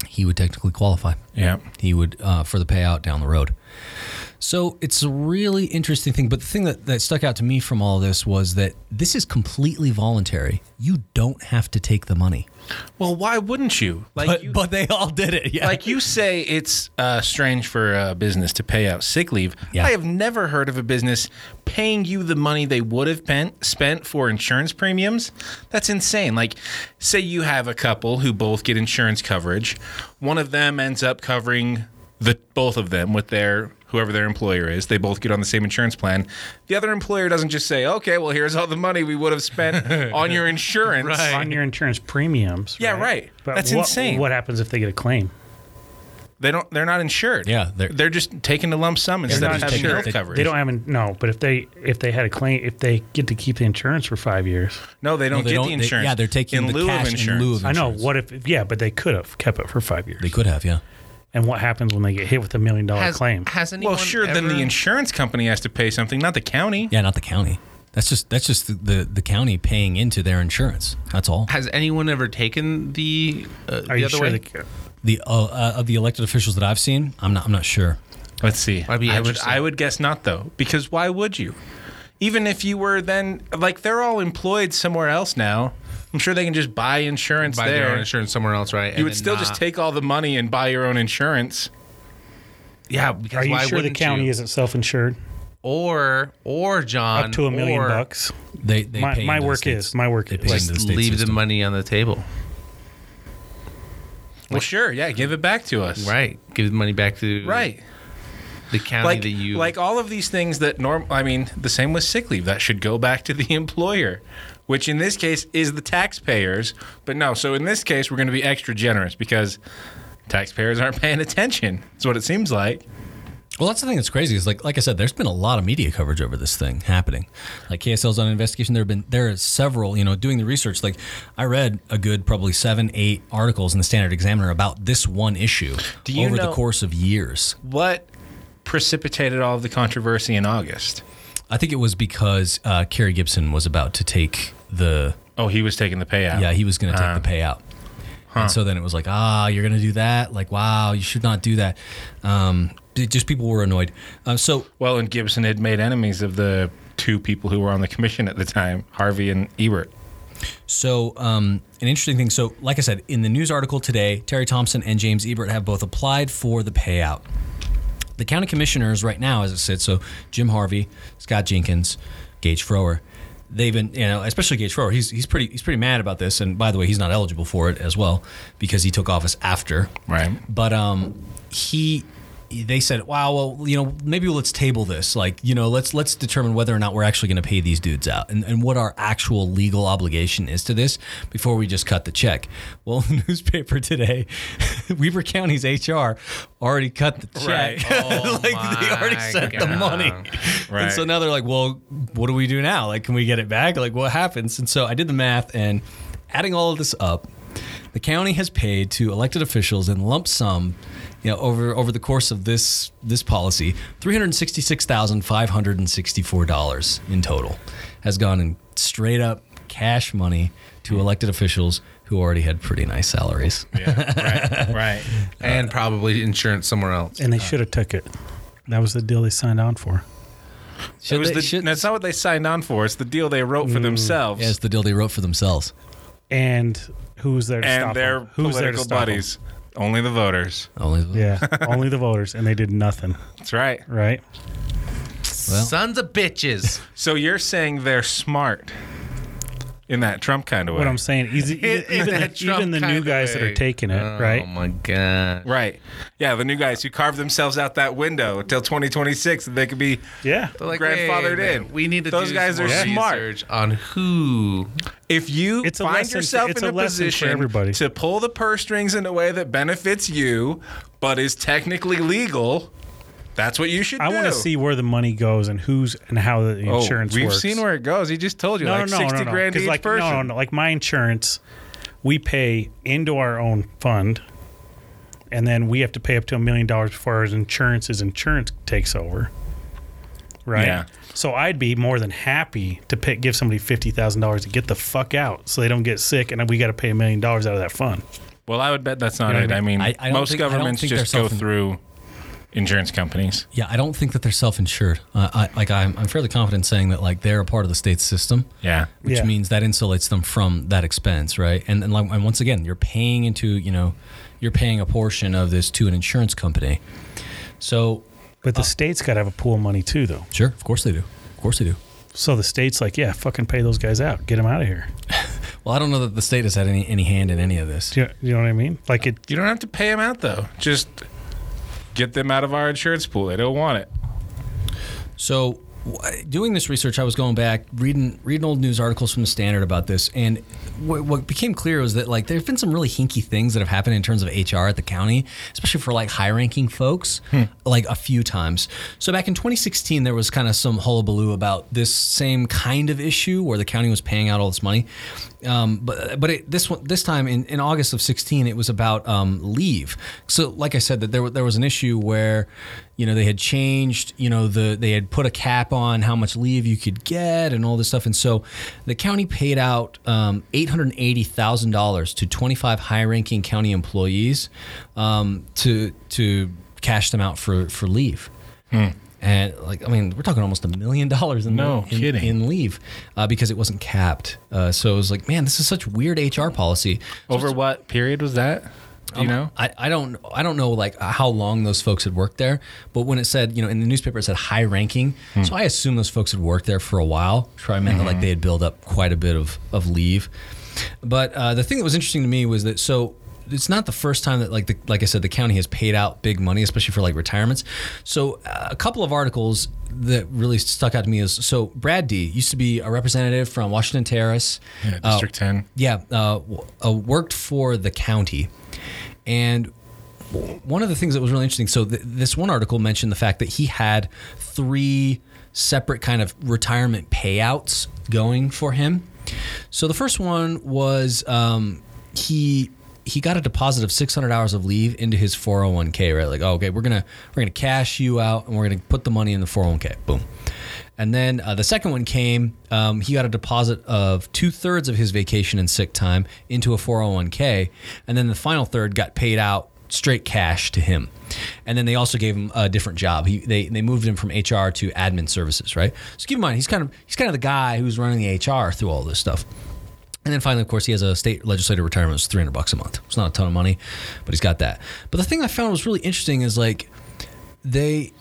Speaker 2: He would technically qualify.
Speaker 3: Yeah.
Speaker 2: he would uh, for the payout down the road. So it's a really interesting thing. But the thing that, that stuck out to me from all of this was that this is completely voluntary. You don't have to take the money.
Speaker 3: Well, why wouldn't you? Like
Speaker 2: But,
Speaker 3: you,
Speaker 2: but they all did it. Yeah.
Speaker 3: like you say, it's uh, strange for a business to pay out sick leave.
Speaker 2: Yeah.
Speaker 3: I have never heard of a business paying you the money they would have pen- spent for insurance premiums. That's insane. Like, say you have a couple who both get insurance coverage, one of them ends up covering the both of them with their whoever their employer is. They both get on the same insurance plan. The other employer doesn't just say, "Okay, well, here's all the money we would have spent on your insurance."
Speaker 4: On your insurance premiums.
Speaker 3: Yeah, right.
Speaker 4: But
Speaker 3: That's
Speaker 4: what,
Speaker 3: insane.
Speaker 4: What happens if they get a claim?
Speaker 3: They don't. They're not insured.
Speaker 2: Yeah,
Speaker 3: they're,
Speaker 2: they're-
Speaker 3: just taking a lump sum instead
Speaker 4: not
Speaker 3: of having
Speaker 4: insured.
Speaker 3: health
Speaker 2: They-
Speaker 3: coverage.
Speaker 4: They don't have an, no, but if they if they had a claim, if they get to keep the insurance for five years,
Speaker 3: no, they don't
Speaker 2: No, they
Speaker 3: get
Speaker 2: don't-
Speaker 3: the
Speaker 2: they-
Speaker 3: insurance.
Speaker 2: yeah, they're taking
Speaker 3: in
Speaker 2: the
Speaker 3: lieu
Speaker 2: cash
Speaker 3: of
Speaker 2: in
Speaker 3: insurance.
Speaker 2: lieu of-
Speaker 4: I know.
Speaker 2: Insurance.
Speaker 4: What if yeah, but they could have kept it for five years.
Speaker 2: they could have, yeah.
Speaker 4: And what happens when they get hit with a million dollar
Speaker 1: Has,
Speaker 4: claim?
Speaker 1: has anyone
Speaker 3: well, sure. Then the
Speaker 1: ever-
Speaker 3: insurance company has to pay something, not the county.
Speaker 2: Yeah, not the county. That's just that's just the, the, the county paying into their insurance. That's all.
Speaker 1: Has anyone ever taken the uh, the
Speaker 4: Are you
Speaker 1: other
Speaker 4: sure?
Speaker 1: way?
Speaker 4: They,
Speaker 2: The uh, uh, of the elected officials that I've seen, I'm not I'm not sure.
Speaker 3: Let's see.
Speaker 1: I'd be
Speaker 3: I would.
Speaker 1: interested.
Speaker 3: I would guess not though, because why would you? Even if you were then like they're all employed somewhere else now. I'm sure they can just buy insurance
Speaker 1: Buy
Speaker 3: there.
Speaker 1: their own insurance somewhere else, right?
Speaker 3: you would still just take all the money and buy your own insurance.
Speaker 1: yeah. Because
Speaker 4: are you
Speaker 1: why
Speaker 4: sure the
Speaker 1: wouldn't
Speaker 4: county
Speaker 1: you?
Speaker 4: isn't self insured
Speaker 1: or or John
Speaker 4: up to a million
Speaker 1: or
Speaker 4: bucks?
Speaker 2: They, they
Speaker 4: My,
Speaker 2: pay
Speaker 4: my
Speaker 2: into the
Speaker 4: work
Speaker 2: states.
Speaker 4: is my work
Speaker 2: They
Speaker 4: is
Speaker 2: pay
Speaker 4: like,
Speaker 2: into the
Speaker 1: Just
Speaker 2: state
Speaker 1: leave the
Speaker 2: system.
Speaker 1: money on the table,
Speaker 3: Well, sure. Yeah, give it back to us.
Speaker 1: right? Give the money back to
Speaker 3: Right.
Speaker 1: the county
Speaker 3: like
Speaker 1: that you
Speaker 3: like all of these things that norm I mean the same with sick leave that should go back to the employer which in this case is the taxpayers but no so in this case we're going to be extra generous because taxpayers aren't paying attention that's what it seems like
Speaker 2: Well, that's the thing that's crazy is like like I said, there's been a lot of media coverage over this thing happening. Like KSL's on an investigation. There have been there are several, you know, doing the research. Like I read a good probably seven, eight articles in the Standard Examiner about this one issue
Speaker 3: Do you
Speaker 2: over
Speaker 3: know-
Speaker 2: the course of years.
Speaker 3: what precipitated all of the controversy in August
Speaker 2: I think it was because uh, Kerry Gibson was about to take the
Speaker 3: oh he was taking the payout
Speaker 2: yeah he was going to
Speaker 3: Uh-huh.
Speaker 2: take the payout. And so then it was like, ah, you're going to do that? Like, wow, you should not do that. Um, it just people were annoyed. Uh, so
Speaker 3: well and Gibson had made enemies of the two people who were on the commission at the time Harvey and Ebert
Speaker 2: So, um, an interesting thing. So, like I said, in the news article today, Terry Thompson and James Ebert have both applied for the payout. The county commissioners, right now, as it sits, so Jim Harvey, Scott Jenkins, Gage Frower, they've been, you know, especially Gage Frower, he's, he's pretty he's pretty mad about this. And by the way, he's not eligible for it as well because he took office after
Speaker 3: right
Speaker 2: but um, he they said, "Wow, well, you know, maybe let's table this. Like, you know, let's let's determine whether or not we're actually going to pay these dudes out, and, and what our actual legal obligation is to this before we just cut the check." Well, the newspaper today, Weaver County's HR already cut the check.
Speaker 3: Right.
Speaker 2: like they already
Speaker 1: Oh my
Speaker 2: sent the money,
Speaker 1: God.
Speaker 3: Right.
Speaker 2: and so now they're like, "Well, what do we do now? Like, can we get it back? Like, what happens?" And so I did the math and adding all of this up. The county has paid to elected officials in lump sum, you know, over over the course of this this policy, three hundred sixty six thousand five hundred and sixty four dollars in total has gone in straight up cash money
Speaker 3: Mm-hmm.
Speaker 2: to elected officials who already had pretty nice salaries.
Speaker 3: yeah right right
Speaker 1: and
Speaker 3: uh,
Speaker 1: probably insurance somewhere else.
Speaker 4: and they should have took it. That was the deal they signed on for.
Speaker 2: Should
Speaker 3: It was
Speaker 2: they-
Speaker 3: the,
Speaker 2: should- Mm,
Speaker 3: that's not what they signed on for. It's the deal they wrote for themselves
Speaker 2: yeah, it's the deal they wrote for themselves.
Speaker 4: And who's there to
Speaker 3: and
Speaker 4: stop
Speaker 3: their
Speaker 4: 'em? Who's
Speaker 3: political
Speaker 4: there to stop 'em?
Speaker 3: buddies. Only the voters.
Speaker 2: Only
Speaker 4: Yeah, only the voters, and they did nothing.
Speaker 3: That's right.
Speaker 4: Right?
Speaker 2: Well-
Speaker 1: Sons of bitches.
Speaker 3: So you're saying they're smart. in that Trump kind of way.
Speaker 4: What I'm saying, is e-
Speaker 1: In- in
Speaker 4: even,
Speaker 1: that
Speaker 4: the,
Speaker 1: Trump
Speaker 4: even the new
Speaker 1: kinda
Speaker 4: guys that
Speaker 1: way.
Speaker 4: are taking it,
Speaker 1: Oh
Speaker 4: right?
Speaker 1: my god.
Speaker 3: right. Yeah, the new guys who carved themselves out that window until 2026 that they could be
Speaker 4: Yeah.
Speaker 1: They're
Speaker 3: Grandfathered
Speaker 1: wait a
Speaker 3: in.
Speaker 1: minute, We need to
Speaker 3: Those
Speaker 1: do
Speaker 3: guys
Speaker 1: some
Speaker 3: are
Speaker 1: more
Speaker 3: smart.
Speaker 1: research on who.
Speaker 3: If you
Speaker 4: It's a
Speaker 3: find
Speaker 4: lesson for-
Speaker 3: yourself
Speaker 4: it's
Speaker 3: in
Speaker 4: a
Speaker 3: a,
Speaker 4: lesson for
Speaker 3: position
Speaker 4: everybody.
Speaker 3: to pull the purse strings in a way that benefits you, but is technically legal, that's what you should
Speaker 4: I
Speaker 3: do.
Speaker 4: want to see where the money goes and who's and how the
Speaker 3: Oh,
Speaker 4: insurance
Speaker 3: we've
Speaker 4: works.
Speaker 3: seen where it goes. He just told you,
Speaker 4: no,
Speaker 3: like
Speaker 4: no, no,
Speaker 3: 60
Speaker 4: no, no.
Speaker 3: grand
Speaker 4: 'Cause,
Speaker 3: each
Speaker 4: like,
Speaker 3: person.
Speaker 4: No, no, no. Like my insurance, we pay into our own fund, and then we have to pay up to a million dollars before our insurance is insurance takes over. Right.
Speaker 3: Yeah.
Speaker 4: So I'd be more than happy to pay, give somebody fifty thousand dollars to get the fuck out, so they don't get sick, and then we got to pay a million dollars out of that fund.
Speaker 3: Well, I would bet that's not
Speaker 4: You know
Speaker 3: it.
Speaker 4: what
Speaker 3: I
Speaker 4: I
Speaker 3: mean,
Speaker 2: I- I don't
Speaker 3: most
Speaker 2: think- I don't
Speaker 3: governments
Speaker 2: think
Speaker 3: just
Speaker 2: they're
Speaker 3: go
Speaker 2: self-
Speaker 3: through insurance companies.
Speaker 2: Yeah, I don't think that they're self-insured. Uh, I, like I'm, I'm fairly confident saying that like they're a part of the state system,
Speaker 3: Yeah.
Speaker 2: which
Speaker 4: Yeah.
Speaker 2: means that insulates them from that expense, right? And and, like, and once again, you're paying into you know, you're paying a portion of this to an insurance company. So
Speaker 4: But the
Speaker 3: Oh.
Speaker 4: state's got to have a pool of money too, though.
Speaker 2: sure, of course they do, of course they do.
Speaker 4: So the state's like, yeah, fucking pay those guys out, get them out of here.
Speaker 2: Well, I don't know that the state has had any any hand in any of this.
Speaker 4: Do you, you know what I mean? Like it,
Speaker 3: You don't have to pay them out, though. Just get them out of our insurance pool. They don't want it.
Speaker 2: So, w- doing this research, I was going back reading reading old news articles from the Standard about this, and what, what became clear was that like there have been some really hinky things that have happened in terms of HR at the county, especially for like high ranking folks, like a few times. So back in 2016, there was kind of some hullabaloo about this same kind of issue where the county was paying out all this money, um, but but it, this one this time in, in August of 16, it was about um, leave. So like I said, that there wa- there was an issue where you know they had changed you know the they had put a cap on how much leave you could get and all this stuff and so the county paid out um, $880000 to 25 high-ranking county employees um, to to cash them out for for leave and like i mean we're talking almost a million dollars in,
Speaker 3: No
Speaker 2: in,
Speaker 3: kidding.
Speaker 2: in leave uh, because it wasn't capped uh, so it was like man this is such weird hr policy
Speaker 3: Over what period was that? Do you know?
Speaker 2: Um, I, I don't I don't know like how long those folks had worked there, but when it said you know in the newspaper it said high ranking,
Speaker 3: Hmm.
Speaker 2: so I assume those folks had worked there for a while. which Probably meant that like they had built up quite a bit of of leave. But uh, the thing that was interesting to me was that so it's not the first time that like the like I said the county has paid out big money, especially for like retirements. So uh, a couple of articles that really stuck out to me is so Brad D used to be a representative from Washington Terrace,
Speaker 3: Yeah, District 10.
Speaker 2: yeah, uh, w- uh, worked for the county, and w- one of the things that was really interesting. So th- this one article mentioned the fact that he had three separate kind of retirement payouts going for him. So the first one was um, he he got a deposit of 600 hours of leave into his 401k. Right, like oh, okay, we're gonna we're gonna cash you out and we're gonna put the money in the 401k. Boom. And then uh, the second one came. Um, he got a deposit of two thirds of his vacation and sick time into a 401k. And then the final third got paid out straight cash to him. And then they also gave him a different job. He, they, they moved him from HR to admin services, right? So keep in mind, he's kind of, he's kind of the guy who's running the HR through all this stuff. And then finally, of course, he has a state legislative retirement. It's 300 bucks a month. It's not a ton of money, but he's got that. But the thing I found was really interesting is like they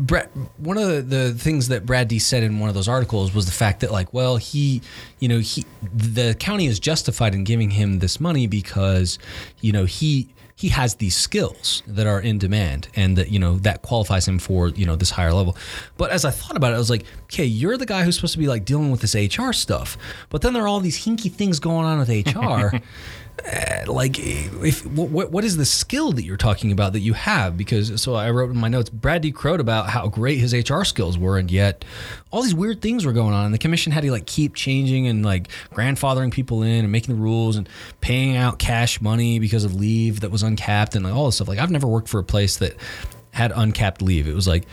Speaker 2: Brad, one of the, the things that Brad D said in one of those articles was the fact that like well he you know he the county is justified in giving him this money because you know he he has these skills that are in demand and that you know that qualifies him for you know this higher level but as I thought about it I was like okay you're the guy who's supposed to be like dealing with this HR stuff but then there are all these hinky things going on with HR like if what what is the skill that you're talking about that you have because so I wrote in my notes Brad D crowed about how great his HR skills were and yet all these weird things were going on and the commission had to like keep changing and like grandfathering people in and making the rules and paying out cash money because of leave that was uncapped and like all this stuff like I've never worked for a place that had uncapped leave it was like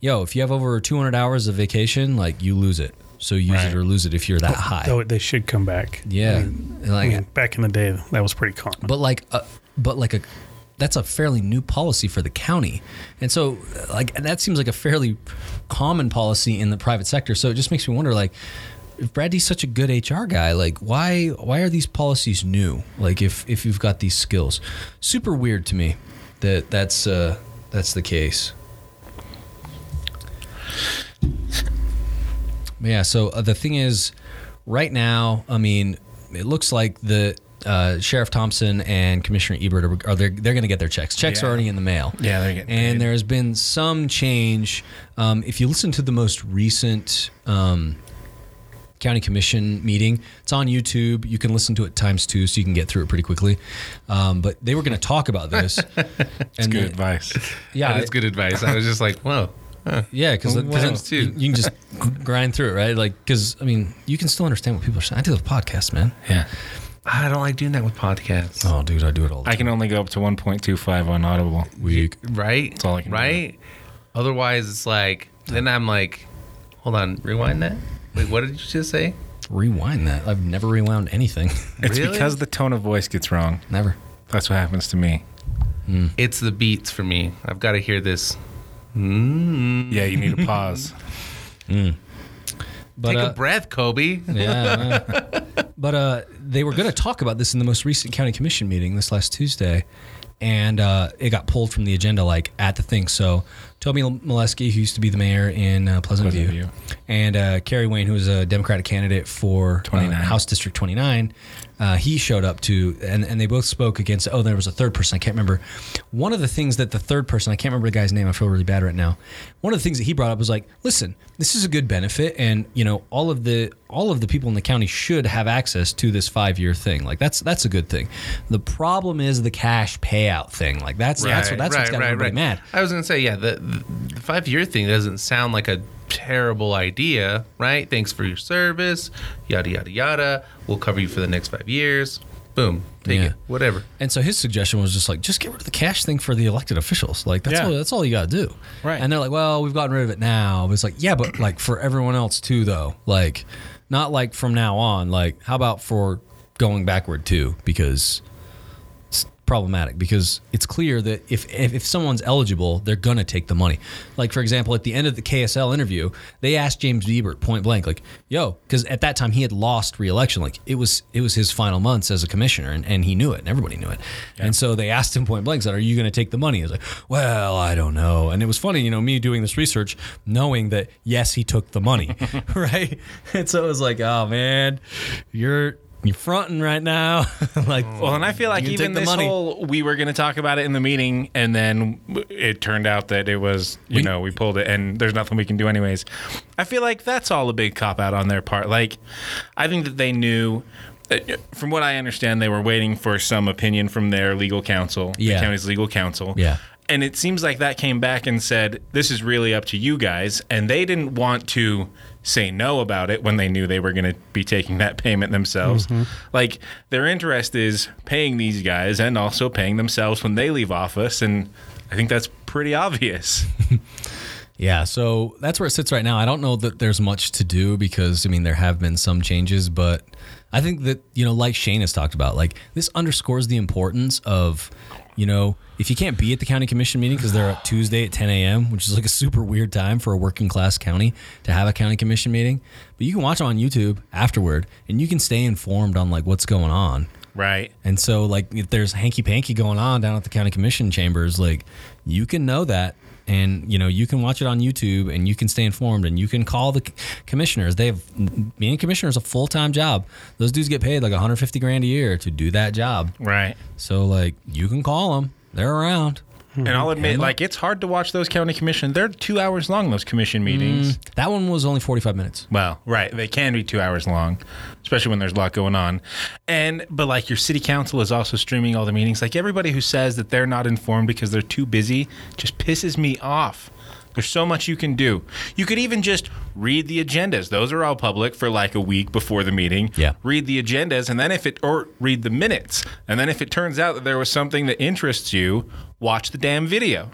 Speaker 2: yo if you have over 200 hours of vacation like you lose it so use it or lose it if you're that high
Speaker 4: though they should come back.
Speaker 2: yeah And,
Speaker 4: Oh, I
Speaker 2: like
Speaker 4: mean, back in the day, that was pretty common.
Speaker 2: but like a, but like a that's a fairly new policy for the county and so like that seems like a fairly common policy in the private sector so it just makes me wonder like if Brad D's such a good HR guy, like why why are these policies new? Like if if you've got these skills, super weird to me that that's uh, that's the case. But yeah. So uh, the thing is, right now, I mean, it looks like the uh, Sheriff Thompson and Commissioner Ebert are, are they're, they're going to get their checks. Checks
Speaker 3: Yeah.
Speaker 2: are already in the mail.
Speaker 3: Yeah, they're getting
Speaker 2: And
Speaker 3: paid.
Speaker 2: there has been some change. Um, if you listen to the most recent um, county commission meeting, it's on YouTube. You can listen to it times two, so you can get through it pretty quickly. Um, but they were going to talk about this. and
Speaker 3: Good
Speaker 2: the-
Speaker 3: advice.
Speaker 2: yeah,
Speaker 1: That is good advice. I was just like, whoa. huh.
Speaker 2: yeah, because
Speaker 1: Well, times two.
Speaker 2: You, you can just gr- grind through it, right? Like, because I mean, you can still understand what people are saying. I do the podcast, man.
Speaker 3: Yeah.
Speaker 1: I don't like doing that with podcasts.
Speaker 2: Oh, dude, I do it all. The
Speaker 3: I can only go up to 1.25 on Audible.
Speaker 2: week.
Speaker 1: Right? That's
Speaker 3: all I can do.
Speaker 1: Right? Otherwise, it's like, then I'm like, hold on, rewind that. Wait, what did you just say?
Speaker 2: Rewind that. I've never rewound anything.
Speaker 3: It's
Speaker 1: Really?
Speaker 3: because the tone of voice gets wrong.
Speaker 2: never.
Speaker 3: That's what happens to me.
Speaker 1: It's the beats for me. I've got to hear this.
Speaker 3: Yeah, you need a pause.
Speaker 2: But
Speaker 1: Take
Speaker 2: uh,
Speaker 1: a breath, Kobe.
Speaker 2: yeah. I know. but uh, they were going to talk about this in the most recent county commission meeting this last Tuesday, and uh, it got pulled from the agenda like at the thing. So Toby Molesky, who used to be the mayor in uh, Pleasant,
Speaker 3: Pleasant
Speaker 2: View,
Speaker 3: View.
Speaker 2: and uh, Kerry Wayne, who was a Democratic candidate for uh,
Speaker 3: 29.
Speaker 2: House District 29, uh, he showed up to, and, and they both spoke against. Oh, there was a third person I can't remember. One of the things that the third person I can't remember the guy's name. I feel really bad right now. One of the things that he brought up was like, listen, this is a good benefit, and you know, all of the all of the people in the county should have access to this five year thing. Like that's that's a good thing. The problem is the cash payout thing. Like that's that's what that's what's got everybody mad.
Speaker 1: I was gonna say, yeah, the, the five year thing doesn't sound like a terrible idea, right? Thanks for your service, yada yada yada. We'll cover you for the next five years. Boom, take
Speaker 2: Yeah.
Speaker 1: it, whatever.
Speaker 2: And so his suggestion was just like, just get rid of the cash thing for the elected officials. Like that's
Speaker 3: Yeah.
Speaker 2: all, that's all you got to do.
Speaker 3: Right.
Speaker 2: And they're like, well, we've gotten rid of it now. But it's like, yeah, but like for everyone else too, though. Like, not like from now on. Like, how about for going backward too? Because it's problematic. Because it's clear that if if, if someone's eligible, they're gonna take the money. Like for example, at the end of the KSL interview, they asked James Ebert point blank, like, "Yo," because at that time he had lost re-election. Like it was it was his final months as a commissioner, and, and he knew it, and everybody knew it. And so they asked him point blank, "said Are you gonna take the money?" He was like, "Well, I don't know." And it was funny, you know, me doing this research, knowing that yes, he took the money, right? And so it was like, "Oh man, you're." You're fronting right now, like
Speaker 3: Well, and I feel like
Speaker 2: You can
Speaker 3: even
Speaker 2: take the
Speaker 3: this
Speaker 2: money.
Speaker 3: whole we were going to talk about it in the meeting, and then it turned out that it was you
Speaker 2: We-
Speaker 3: know we pulled it, and there's nothing we can do anyways. I feel like that's all a big cop out on their part. Like, I think that they knew. uh, From what I understand, they were waiting for some opinion from their legal counsel,
Speaker 2: Yeah.
Speaker 3: the county's legal counsel.
Speaker 2: Yeah.
Speaker 3: And it seems like that came back and said, this is really up to you guys. And they didn't want to say no about it when they knew they were going to be taking that payment themselves. Like, their interest is paying these guys and also paying themselves when they leave office. And I think that's pretty obvious.
Speaker 2: Yeah, so that's where it sits right now. I don't know that there's much to do because I mean there have been some changes, but I think that you know, like Shane has talked about, like this underscores the importance of, you know, if you can't be at the county commission meeting because they're at Tuesday at 10 a.m., which is like a super weird time for a working class county to have a county commission meeting, but you can watch it on YouTube afterward and you can stay informed on like what's going on.
Speaker 3: right.
Speaker 2: And so, like, if there's hanky panky going on down at the county commission chambers, like, you can know that. And, you know, you can watch it on YouTube and you can stay informed and you can call the c- commissioners. They have, being a commissioner is a full time job. Those dudes get paid like 150 grand a year to do that job.
Speaker 3: Right.
Speaker 2: So, like, you can call them, they're around.
Speaker 3: And I'll admit, like, it's hard to watch those county commission. They're two hours long, those commission meetings.
Speaker 2: That one was only 45 minutes.
Speaker 3: Well, right. They can be two hours long, especially when there's a lot going on. And, but like your city council is also streaming all the meetings. Like everybody who says that they're not informed because they're too busy just pisses me off. There's so much you can do. You could even just read the agendas. Those are all public for like a week before the meeting.
Speaker 2: Yeah.
Speaker 3: Read the agendas and then if it, or read the minutes. And then if it turns out that there was something that interests you, watch the damn video.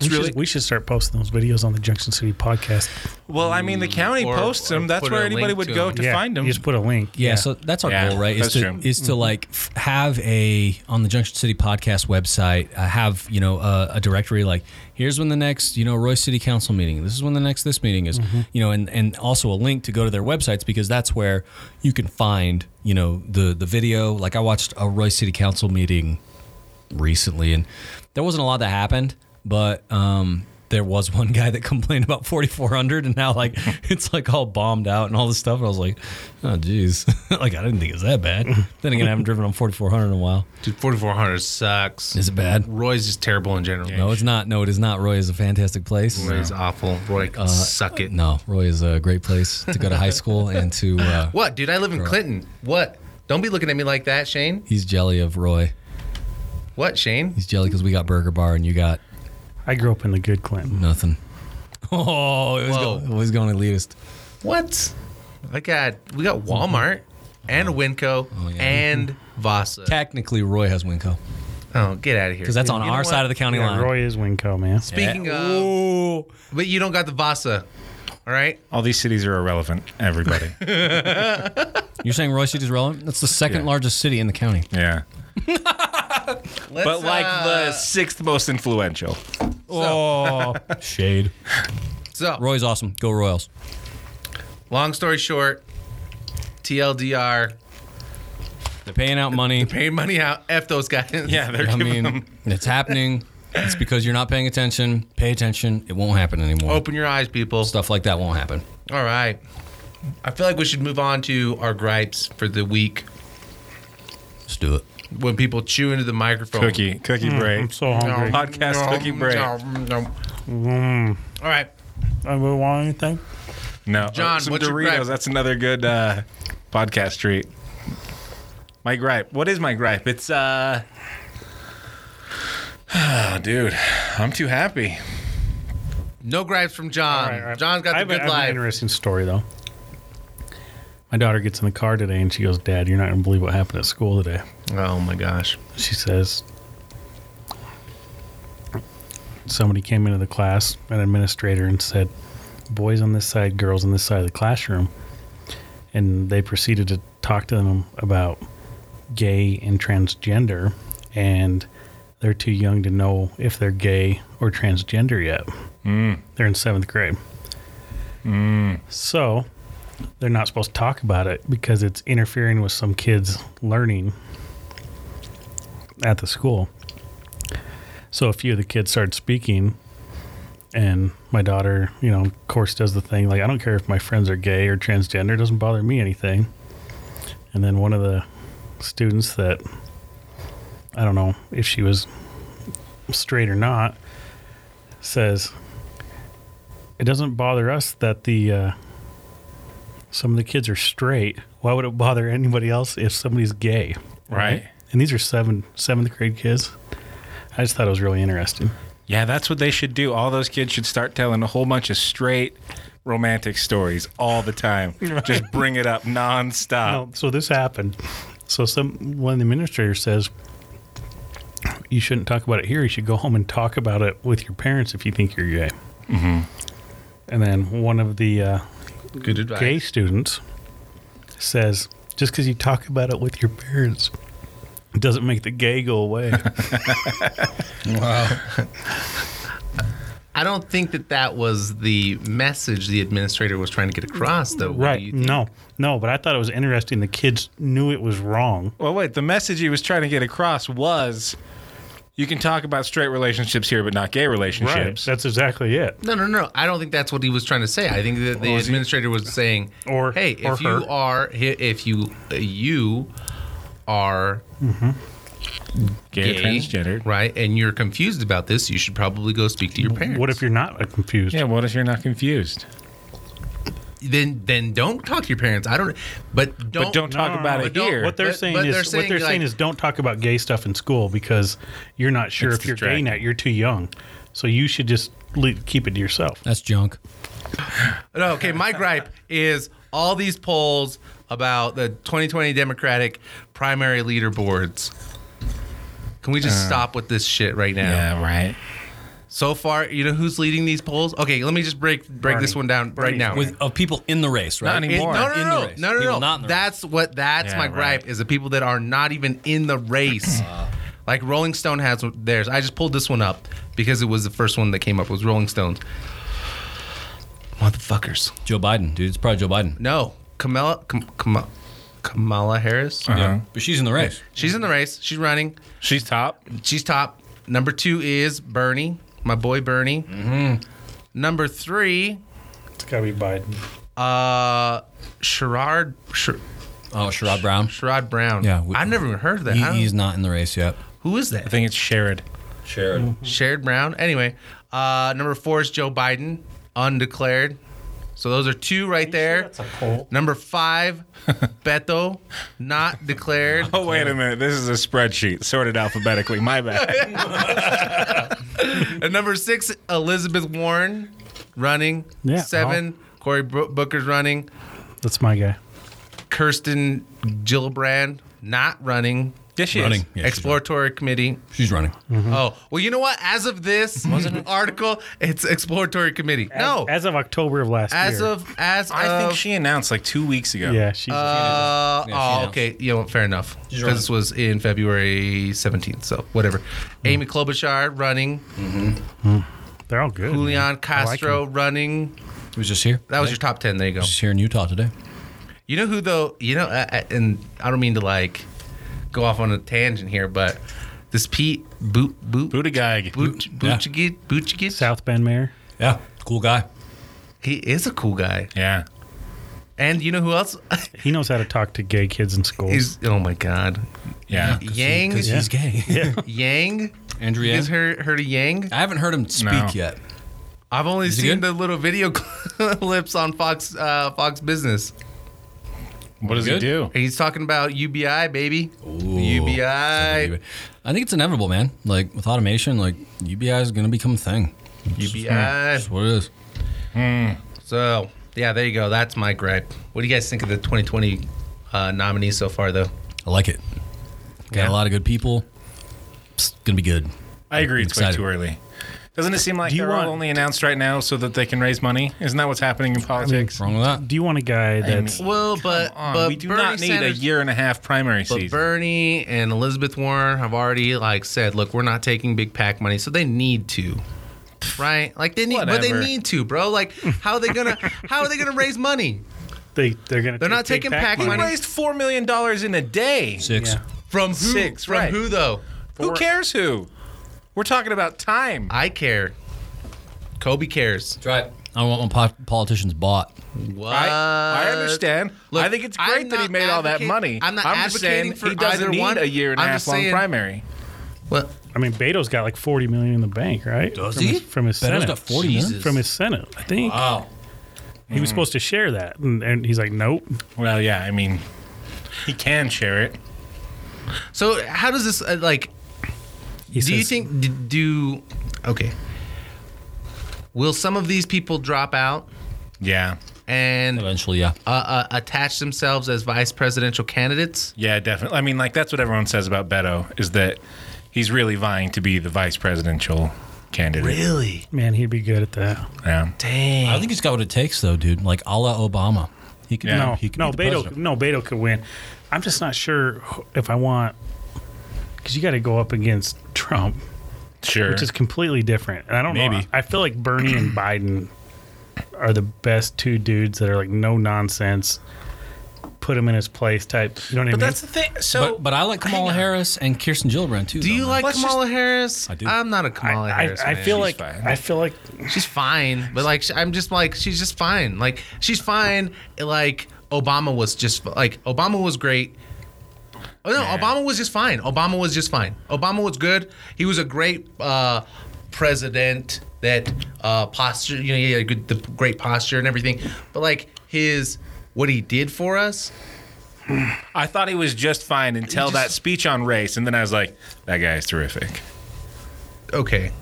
Speaker 4: We,
Speaker 3: really-
Speaker 4: should, we should start posting those videos on the Junction City podcast.
Speaker 3: Well, I mean, the county
Speaker 1: Hmm. or-
Speaker 3: posts
Speaker 1: or
Speaker 3: them. That's
Speaker 1: put
Speaker 3: where
Speaker 1: a
Speaker 3: anybody
Speaker 1: link
Speaker 3: would
Speaker 1: to
Speaker 3: go
Speaker 1: 'em.
Speaker 3: to find them.
Speaker 4: You just put a link.
Speaker 2: Yeah, so that's our
Speaker 3: Yeah,
Speaker 2: goal, right? Is
Speaker 3: that's
Speaker 2: to
Speaker 3: true. Mm-hmm.
Speaker 2: is to like f- have a on the Junction City podcast website. Uh, have you know uh, a directory like here's when the next you know Roy City Council meeting. This is when the next this meeting is.
Speaker 3: Mm-hmm.
Speaker 2: You know, and and also a link to go to their websites because that's where you can find you know the the video. Like I watched a Roy City Council meeting recently, and there wasn't a lot that happened, but um, there was one guy that complained about 4400 and now like it's like all bombed out and all this stuff and I was like oh geez like I didn't think it was that bad then again I haven't driven on 4400 in a while
Speaker 1: Dude, 4400 sucks.
Speaker 2: is it bad
Speaker 1: Roy's is terrible in general.
Speaker 2: no it's not no it is not Roy is a fantastic place Uh,
Speaker 1: Roy's awful. Roy can suck it.
Speaker 2: no Roy is a great place to go to high school and to uh,
Speaker 1: What, dude? I live in Clinton. What? Don't be looking at me like that, Shane.
Speaker 2: he's jelly of Roy
Speaker 1: What, Shane?
Speaker 2: he's jelly because we got Burger Bar and you got
Speaker 4: I grew up in the good Clinton.
Speaker 2: nothing oh it was,
Speaker 1: Whoa.
Speaker 2: go- it was going elitist
Speaker 1: What? I got we got Walmart and Winco
Speaker 2: Oh, yeah.
Speaker 1: and Vasa.
Speaker 2: technically Roy has Winco
Speaker 1: Oh, get out of here.
Speaker 2: because that's on our side of the county
Speaker 4: Yeah,
Speaker 2: line
Speaker 4: Roy is Winco, man.
Speaker 1: Speaking
Speaker 2: Yeah.
Speaker 1: of, but you don't got the Vasa. All right.
Speaker 3: All these cities are irrelevant, everybody.
Speaker 2: You're saying Roy City is relevant? That's the second
Speaker 3: Yeah.
Speaker 2: largest city in the county.
Speaker 3: yeah.
Speaker 1: Let's,
Speaker 3: But like
Speaker 1: uh,
Speaker 3: the sixth most influential.
Speaker 2: Oh, shade.
Speaker 1: so
Speaker 2: Roy's awesome. Go Royals.
Speaker 1: long story short, TLDR
Speaker 2: They're paying out money.
Speaker 1: pay money out. F those guys.
Speaker 3: Yeah, they're
Speaker 2: I
Speaker 3: giving
Speaker 2: mean,
Speaker 3: them.
Speaker 2: it's happening. It's because you're not paying attention. Pay attention. It won't happen anymore.
Speaker 1: Open your eyes, people.
Speaker 2: Stuff like that won't happen.
Speaker 1: All right. I feel like we should move on to our gripes for the week.
Speaker 2: Let's do it.
Speaker 1: When people chew into the microphone.
Speaker 3: Cookie, cookie
Speaker 1: Hmm.
Speaker 3: break.
Speaker 4: I'm so hungry. Mm.
Speaker 3: Podcast cookie break.
Speaker 1: All right.
Speaker 4: I would want anything.
Speaker 3: No,
Speaker 1: John,
Speaker 3: some
Speaker 1: what's your
Speaker 3: Doritos.
Speaker 1: gripe?
Speaker 3: That's another good uh, podcast treat. My gripe. What is my gripe? It's uh, dude, I'm too happy.
Speaker 1: No gripes from John.
Speaker 4: All right, all right.
Speaker 1: Um, John's got the
Speaker 4: I have a-
Speaker 1: good
Speaker 4: I have an
Speaker 1: life.
Speaker 4: interesting story though. My daughter gets in the car today and she goes, "Dad, you're not going to believe what happened at school today."
Speaker 1: Oh my gosh.
Speaker 4: She says, "Somebody came into the class, an administrator, and said, boys on this side, girls on this side of the classroom," and they proceeded to talk to them about gay and transgender, and they're too young to know if they're gay or transgender yet. They're in seventh grade. So they're not supposed to talk about it because it's interfering with some kids' learning at the school. So a few of the kids started speaking, and my daughter, you know, of course, does the thing like, I don't care if my friends are gay or transgender, it doesn't bother me anything. And then one of the students that I don't know if she was straight or not says, It doesn't bother us that the, uh, some of the kids are straight. Why would it bother anybody else if somebody's gay?
Speaker 3: Right.
Speaker 4: And these are seven seventh grade kids. I just thought it was really interesting.
Speaker 3: Yeah, that's what they should do. All those kids should start telling a whole bunch of straight romantic stories all the time. Just bring it up
Speaker 1: Uh,
Speaker 3: nonstop.
Speaker 4: No, so this happened. So some one of the administrators says you shouldn't talk about it here. You should go home and talk about it with your parents if you think you're gay. Mm-hmm. And then one of the uh,
Speaker 1: Good advice.
Speaker 4: gay students says, "Just because you talk about it with your parents." Doesn't make the gay go away.
Speaker 1: I don't think that that was the message the administrator was trying to get across, though. What do you
Speaker 4: right.
Speaker 1: think?
Speaker 4: No, no, but I thought it was interesting. The kids knew it was wrong.
Speaker 3: Well, wait, the message he was trying to get across was you can talk about straight relationships here, but not gay relationships.
Speaker 4: That's exactly it.
Speaker 1: No, no, no. I don't think that's what he was trying to say. I think that the administrator was saying,
Speaker 4: Or-
Speaker 1: hey,
Speaker 4: or
Speaker 1: if
Speaker 4: her.
Speaker 1: you are, if you, you are
Speaker 3: Gay,
Speaker 1: gay,
Speaker 3: or transgendered.
Speaker 1: right? And you're confused about this, you should probably go speak to your parents.
Speaker 4: What if you're not uh, confused?
Speaker 3: Yeah, what if you're not confused?
Speaker 1: then then don't talk to your parents. I don't, but don't
Speaker 3: But don't talk about
Speaker 4: but
Speaker 3: it
Speaker 4: don't-
Speaker 3: here.
Speaker 4: What they're
Speaker 1: But-
Speaker 4: saying
Speaker 1: but
Speaker 4: is,
Speaker 1: they're
Speaker 4: what
Speaker 1: saying,
Speaker 4: they're
Speaker 1: like-
Speaker 4: saying is, don't talk about gay stuff in school because you're not sure
Speaker 3: It's
Speaker 4: if you're gay
Speaker 3: distracting.
Speaker 4: now. You're too young, so you should just le- keep it to yourself.
Speaker 2: That's junk.
Speaker 1: No, okay, my gripe is all these polls about the 2020 Democratic primary leaderboards. Can we just stop with this shit right now?
Speaker 3: Yeah, right.
Speaker 1: So far, you know who's leading these polls? Okay, let me just break break this
Speaker 4: Bernie.
Speaker 1: one down right now.
Speaker 2: With of people in the race, right?
Speaker 3: Not
Speaker 1: It-
Speaker 3: anymore.
Speaker 1: no, no,
Speaker 2: In the
Speaker 1: no,
Speaker 2: race.
Speaker 1: no, no,
Speaker 2: People
Speaker 1: no,
Speaker 2: not in the
Speaker 1: That's what. That's
Speaker 3: Yeah,
Speaker 1: my gripe
Speaker 3: right.
Speaker 1: is the people that are not even in the race.
Speaker 2: Uh.
Speaker 1: like Rolling Stone has theirs. I just pulled this one up because it was the first one that came up. was Rolling Stones. Motherfuckers.
Speaker 2: Joe Biden, dude. It's probably Joe Biden.
Speaker 1: No, Kamala, Kam- Kam- Kamala Harris.
Speaker 3: Uh-huh.
Speaker 2: Yeah, Um, but she's in the race.
Speaker 1: She's in the race. She's running.
Speaker 3: She's top.
Speaker 1: She's top. Number two is Bernie. my boy Bernie. Number three,
Speaker 4: It's got to be Biden.
Speaker 1: uh, Sherrod Sh-
Speaker 2: Oh, Sherrod Brown.
Speaker 1: Sherrod Brown.
Speaker 2: Yeah, we-
Speaker 1: I've never even heard of that.
Speaker 2: He,
Speaker 1: I don't-
Speaker 2: he's not in the race yet.
Speaker 1: who is that?
Speaker 3: I think it's Sherrod.
Speaker 2: Sherrod.
Speaker 1: Sherrod Brown. Anyway, uh, number four is Joe Biden, undeclared. So those are two right there.
Speaker 4: That's a poll.
Speaker 1: Number five, Beto, not declared.
Speaker 3: Oh, wait a minute. This is a spreadsheet sorted alphabetically. My bad.
Speaker 1: And number six, Elizabeth Warren, running.
Speaker 4: Yeah. uh-huh.
Speaker 1: Seven, Cory Bo- Booker's running.
Speaker 4: That's my guy.
Speaker 1: Kirsten Gillibrand, not running.
Speaker 3: yes, she
Speaker 2: Running. Mm-hmm.
Speaker 3: is.
Speaker 2: Yeah, she's
Speaker 1: Exploratory Committee.
Speaker 2: She's running.
Speaker 1: Oh, well, you know what? As of this article, it's Exploratory Committee. no,
Speaker 4: As of October of last
Speaker 1: as,
Speaker 4: year.
Speaker 1: of as
Speaker 3: I
Speaker 1: of,
Speaker 3: think she announced like two weeks ago.
Speaker 4: Yeah, she's.
Speaker 1: Uh,
Speaker 2: Yeah, she
Speaker 1: oh,
Speaker 2: announced.
Speaker 1: okay. You know, what, fair enough.
Speaker 2: She's
Speaker 1: Because this
Speaker 2: running.
Speaker 1: was in February 17th, so whatever.
Speaker 2: Mm-hmm.
Speaker 1: Amy Klobuchar running,
Speaker 4: they're all good.
Speaker 2: Mm-hmm.
Speaker 1: Julian
Speaker 4: I like
Speaker 1: Castro running.
Speaker 2: He was just here.
Speaker 1: That was your top 10. There you go.
Speaker 2: She's here in Utah today.
Speaker 1: You know who, though? You know, uh, uh, and I don't mean to like go off on a tangent here, but this Pete Boot Boot Boot
Speaker 3: Buddha guy.
Speaker 2: Yeah.
Speaker 1: Buttigieg Buttigieg,
Speaker 4: South Bend mayor.
Speaker 2: Yeah, cool guy.
Speaker 1: he is a cool guy.
Speaker 3: Yeah.
Speaker 1: And you know who else
Speaker 4: He knows how to talk to gay kids in schools.
Speaker 1: is? Oh my God,
Speaker 3: Yeah.
Speaker 1: Yang
Speaker 2: Because he's gay.
Speaker 4: yeah.
Speaker 1: Yang.
Speaker 2: Andrew
Speaker 1: You
Speaker 2: Yang.
Speaker 1: guys heard, heard of Yang?
Speaker 2: I haven't heard him speak
Speaker 3: No.
Speaker 2: yet.
Speaker 1: I've only
Speaker 2: he
Speaker 1: seen
Speaker 2: good?
Speaker 1: the little video clips on Fox uh, Fox Business.
Speaker 3: What does
Speaker 2: Good?
Speaker 3: he do?
Speaker 1: He's talking about UBI, baby. UBI.
Speaker 2: I think it's inevitable, man. Like with automation, like UBI is gonna become a thing.
Speaker 1: UBI.
Speaker 2: That's what it is.
Speaker 1: So, yeah, there you go. That's my gripe. What do you guys think of the 2020 uh, nominees so far, though?
Speaker 2: I like it. Got
Speaker 1: Yeah.
Speaker 2: a lot of good people. It's gonna be good.
Speaker 3: I agree. It's way
Speaker 2: excited.
Speaker 3: too early. Doesn't it seem like
Speaker 4: Do you
Speaker 3: they're
Speaker 4: want-
Speaker 3: all only announced right now so that they can raise money? Isn't that what's happening in politics?
Speaker 2: Wrong with that?
Speaker 4: Do you want a guy that's
Speaker 1: Well, but
Speaker 3: Come on,
Speaker 1: Uh, but
Speaker 3: we do
Speaker 1: Bernie
Speaker 3: not need
Speaker 1: Sanders,
Speaker 3: a year and a half primary
Speaker 1: But
Speaker 3: season.
Speaker 1: Bernie and Elizabeth Warren have already like said, look, we're not taking big pack money, so they need to. Right? Like they need but they
Speaker 3: Whatever.
Speaker 1: need to, bro. Like how are they gonna how are they gonna raise money?
Speaker 4: they they're gonna?
Speaker 1: They're
Speaker 4: take
Speaker 1: not
Speaker 4: big
Speaker 1: taking
Speaker 4: pack
Speaker 1: pack
Speaker 3: he
Speaker 1: money.
Speaker 3: raised four million dollars in a day.
Speaker 2: Six.
Speaker 4: Yeah.
Speaker 1: From who?
Speaker 3: Six,
Speaker 1: from
Speaker 3: right.
Speaker 1: who though?
Speaker 3: Who cares who? We're talking about time.
Speaker 1: I care. Kobe cares.
Speaker 2: That's right. I don't want my po- politicians bought.
Speaker 1: What?
Speaker 3: I, I understand.
Speaker 1: uh, Look,
Speaker 3: I think it's
Speaker 1: I'm
Speaker 3: great that he
Speaker 1: not
Speaker 3: made all that
Speaker 1: advocate-
Speaker 3: money.
Speaker 1: I'm not
Speaker 3: just
Speaker 1: advocating
Speaker 3: saying
Speaker 1: for
Speaker 3: he doesn't
Speaker 1: either
Speaker 3: need
Speaker 1: one.
Speaker 3: a year and a
Speaker 1: I'm
Speaker 3: half
Speaker 1: just
Speaker 3: long
Speaker 1: saying-
Speaker 3: primary.
Speaker 1: Well,
Speaker 4: I mean, Beto's got like forty million in the bank, right?
Speaker 2: Does
Speaker 4: from
Speaker 2: he?
Speaker 4: His, from his
Speaker 2: Beto's
Speaker 4: Senate.
Speaker 2: got 40 million?
Speaker 1: Jesus.
Speaker 4: From his Senate, I think.
Speaker 2: Wow.
Speaker 4: he was supposed to share that, and, and he's like, "Nope."
Speaker 3: Well, yeah, I mean, he can share it.
Speaker 1: so how does this uh, like?
Speaker 4: He
Speaker 1: do you
Speaker 4: says-
Speaker 1: think d- do okay? Will some of these people drop out
Speaker 3: Yeah,
Speaker 1: and uh,
Speaker 2: Eventually, yeah.
Speaker 1: uh, attach themselves as vice presidential candidates?
Speaker 3: yeah, definitely. I mean, like that's what everyone says about Beto is that he's really vying to be the vice presidential candidate.
Speaker 1: Really?
Speaker 4: Man, he'd be good at that.
Speaker 3: Yeah.
Speaker 2: I
Speaker 1: Dang.
Speaker 2: think he's got what it takes, though, dude. Like a la Obama. He could.
Speaker 3: Yeah.
Speaker 2: be-
Speaker 4: No,
Speaker 2: he could
Speaker 4: no,
Speaker 2: be the
Speaker 4: Beto,
Speaker 2: president.
Speaker 4: no, Beto could win. I'm just not sure wh- if I want because you got to go up against Trump,
Speaker 3: Sure.
Speaker 4: which is completely different. And I don't know.
Speaker 3: Maybe.
Speaker 4: I feel like Bernie and Biden are the best two dudes that are like no nonsense, put him in his place type. You know what I mean?
Speaker 3: but that's the thing. So,
Speaker 2: But, but I like Kamala Harris and Kirsten Gillibrand too.
Speaker 1: Do
Speaker 2: though,
Speaker 1: you
Speaker 2: man.
Speaker 1: like
Speaker 3: Let's
Speaker 1: Kamala Harris?
Speaker 2: I do.
Speaker 1: I'm not a Kamala
Speaker 4: I,
Speaker 1: Harris.
Speaker 4: I
Speaker 1: man.
Speaker 4: feel
Speaker 1: She's
Speaker 4: like
Speaker 3: fine.
Speaker 4: I feel like
Speaker 1: She's fine, but like sh- I'm just like she's just fine. Like she's fine. Like Obama was just like Obama was great. Oh no,
Speaker 3: Yeah.
Speaker 1: Obama was just fine. Obama was just fine. Obama was good. He was a great uh, president. That uh, posture, you know, he had a good, the great posture and everything. But like his, what he did for us,
Speaker 3: I thought he was just fine until
Speaker 1: just-
Speaker 3: that speech on race, and then I was like, that guy is terrific.
Speaker 1: okay.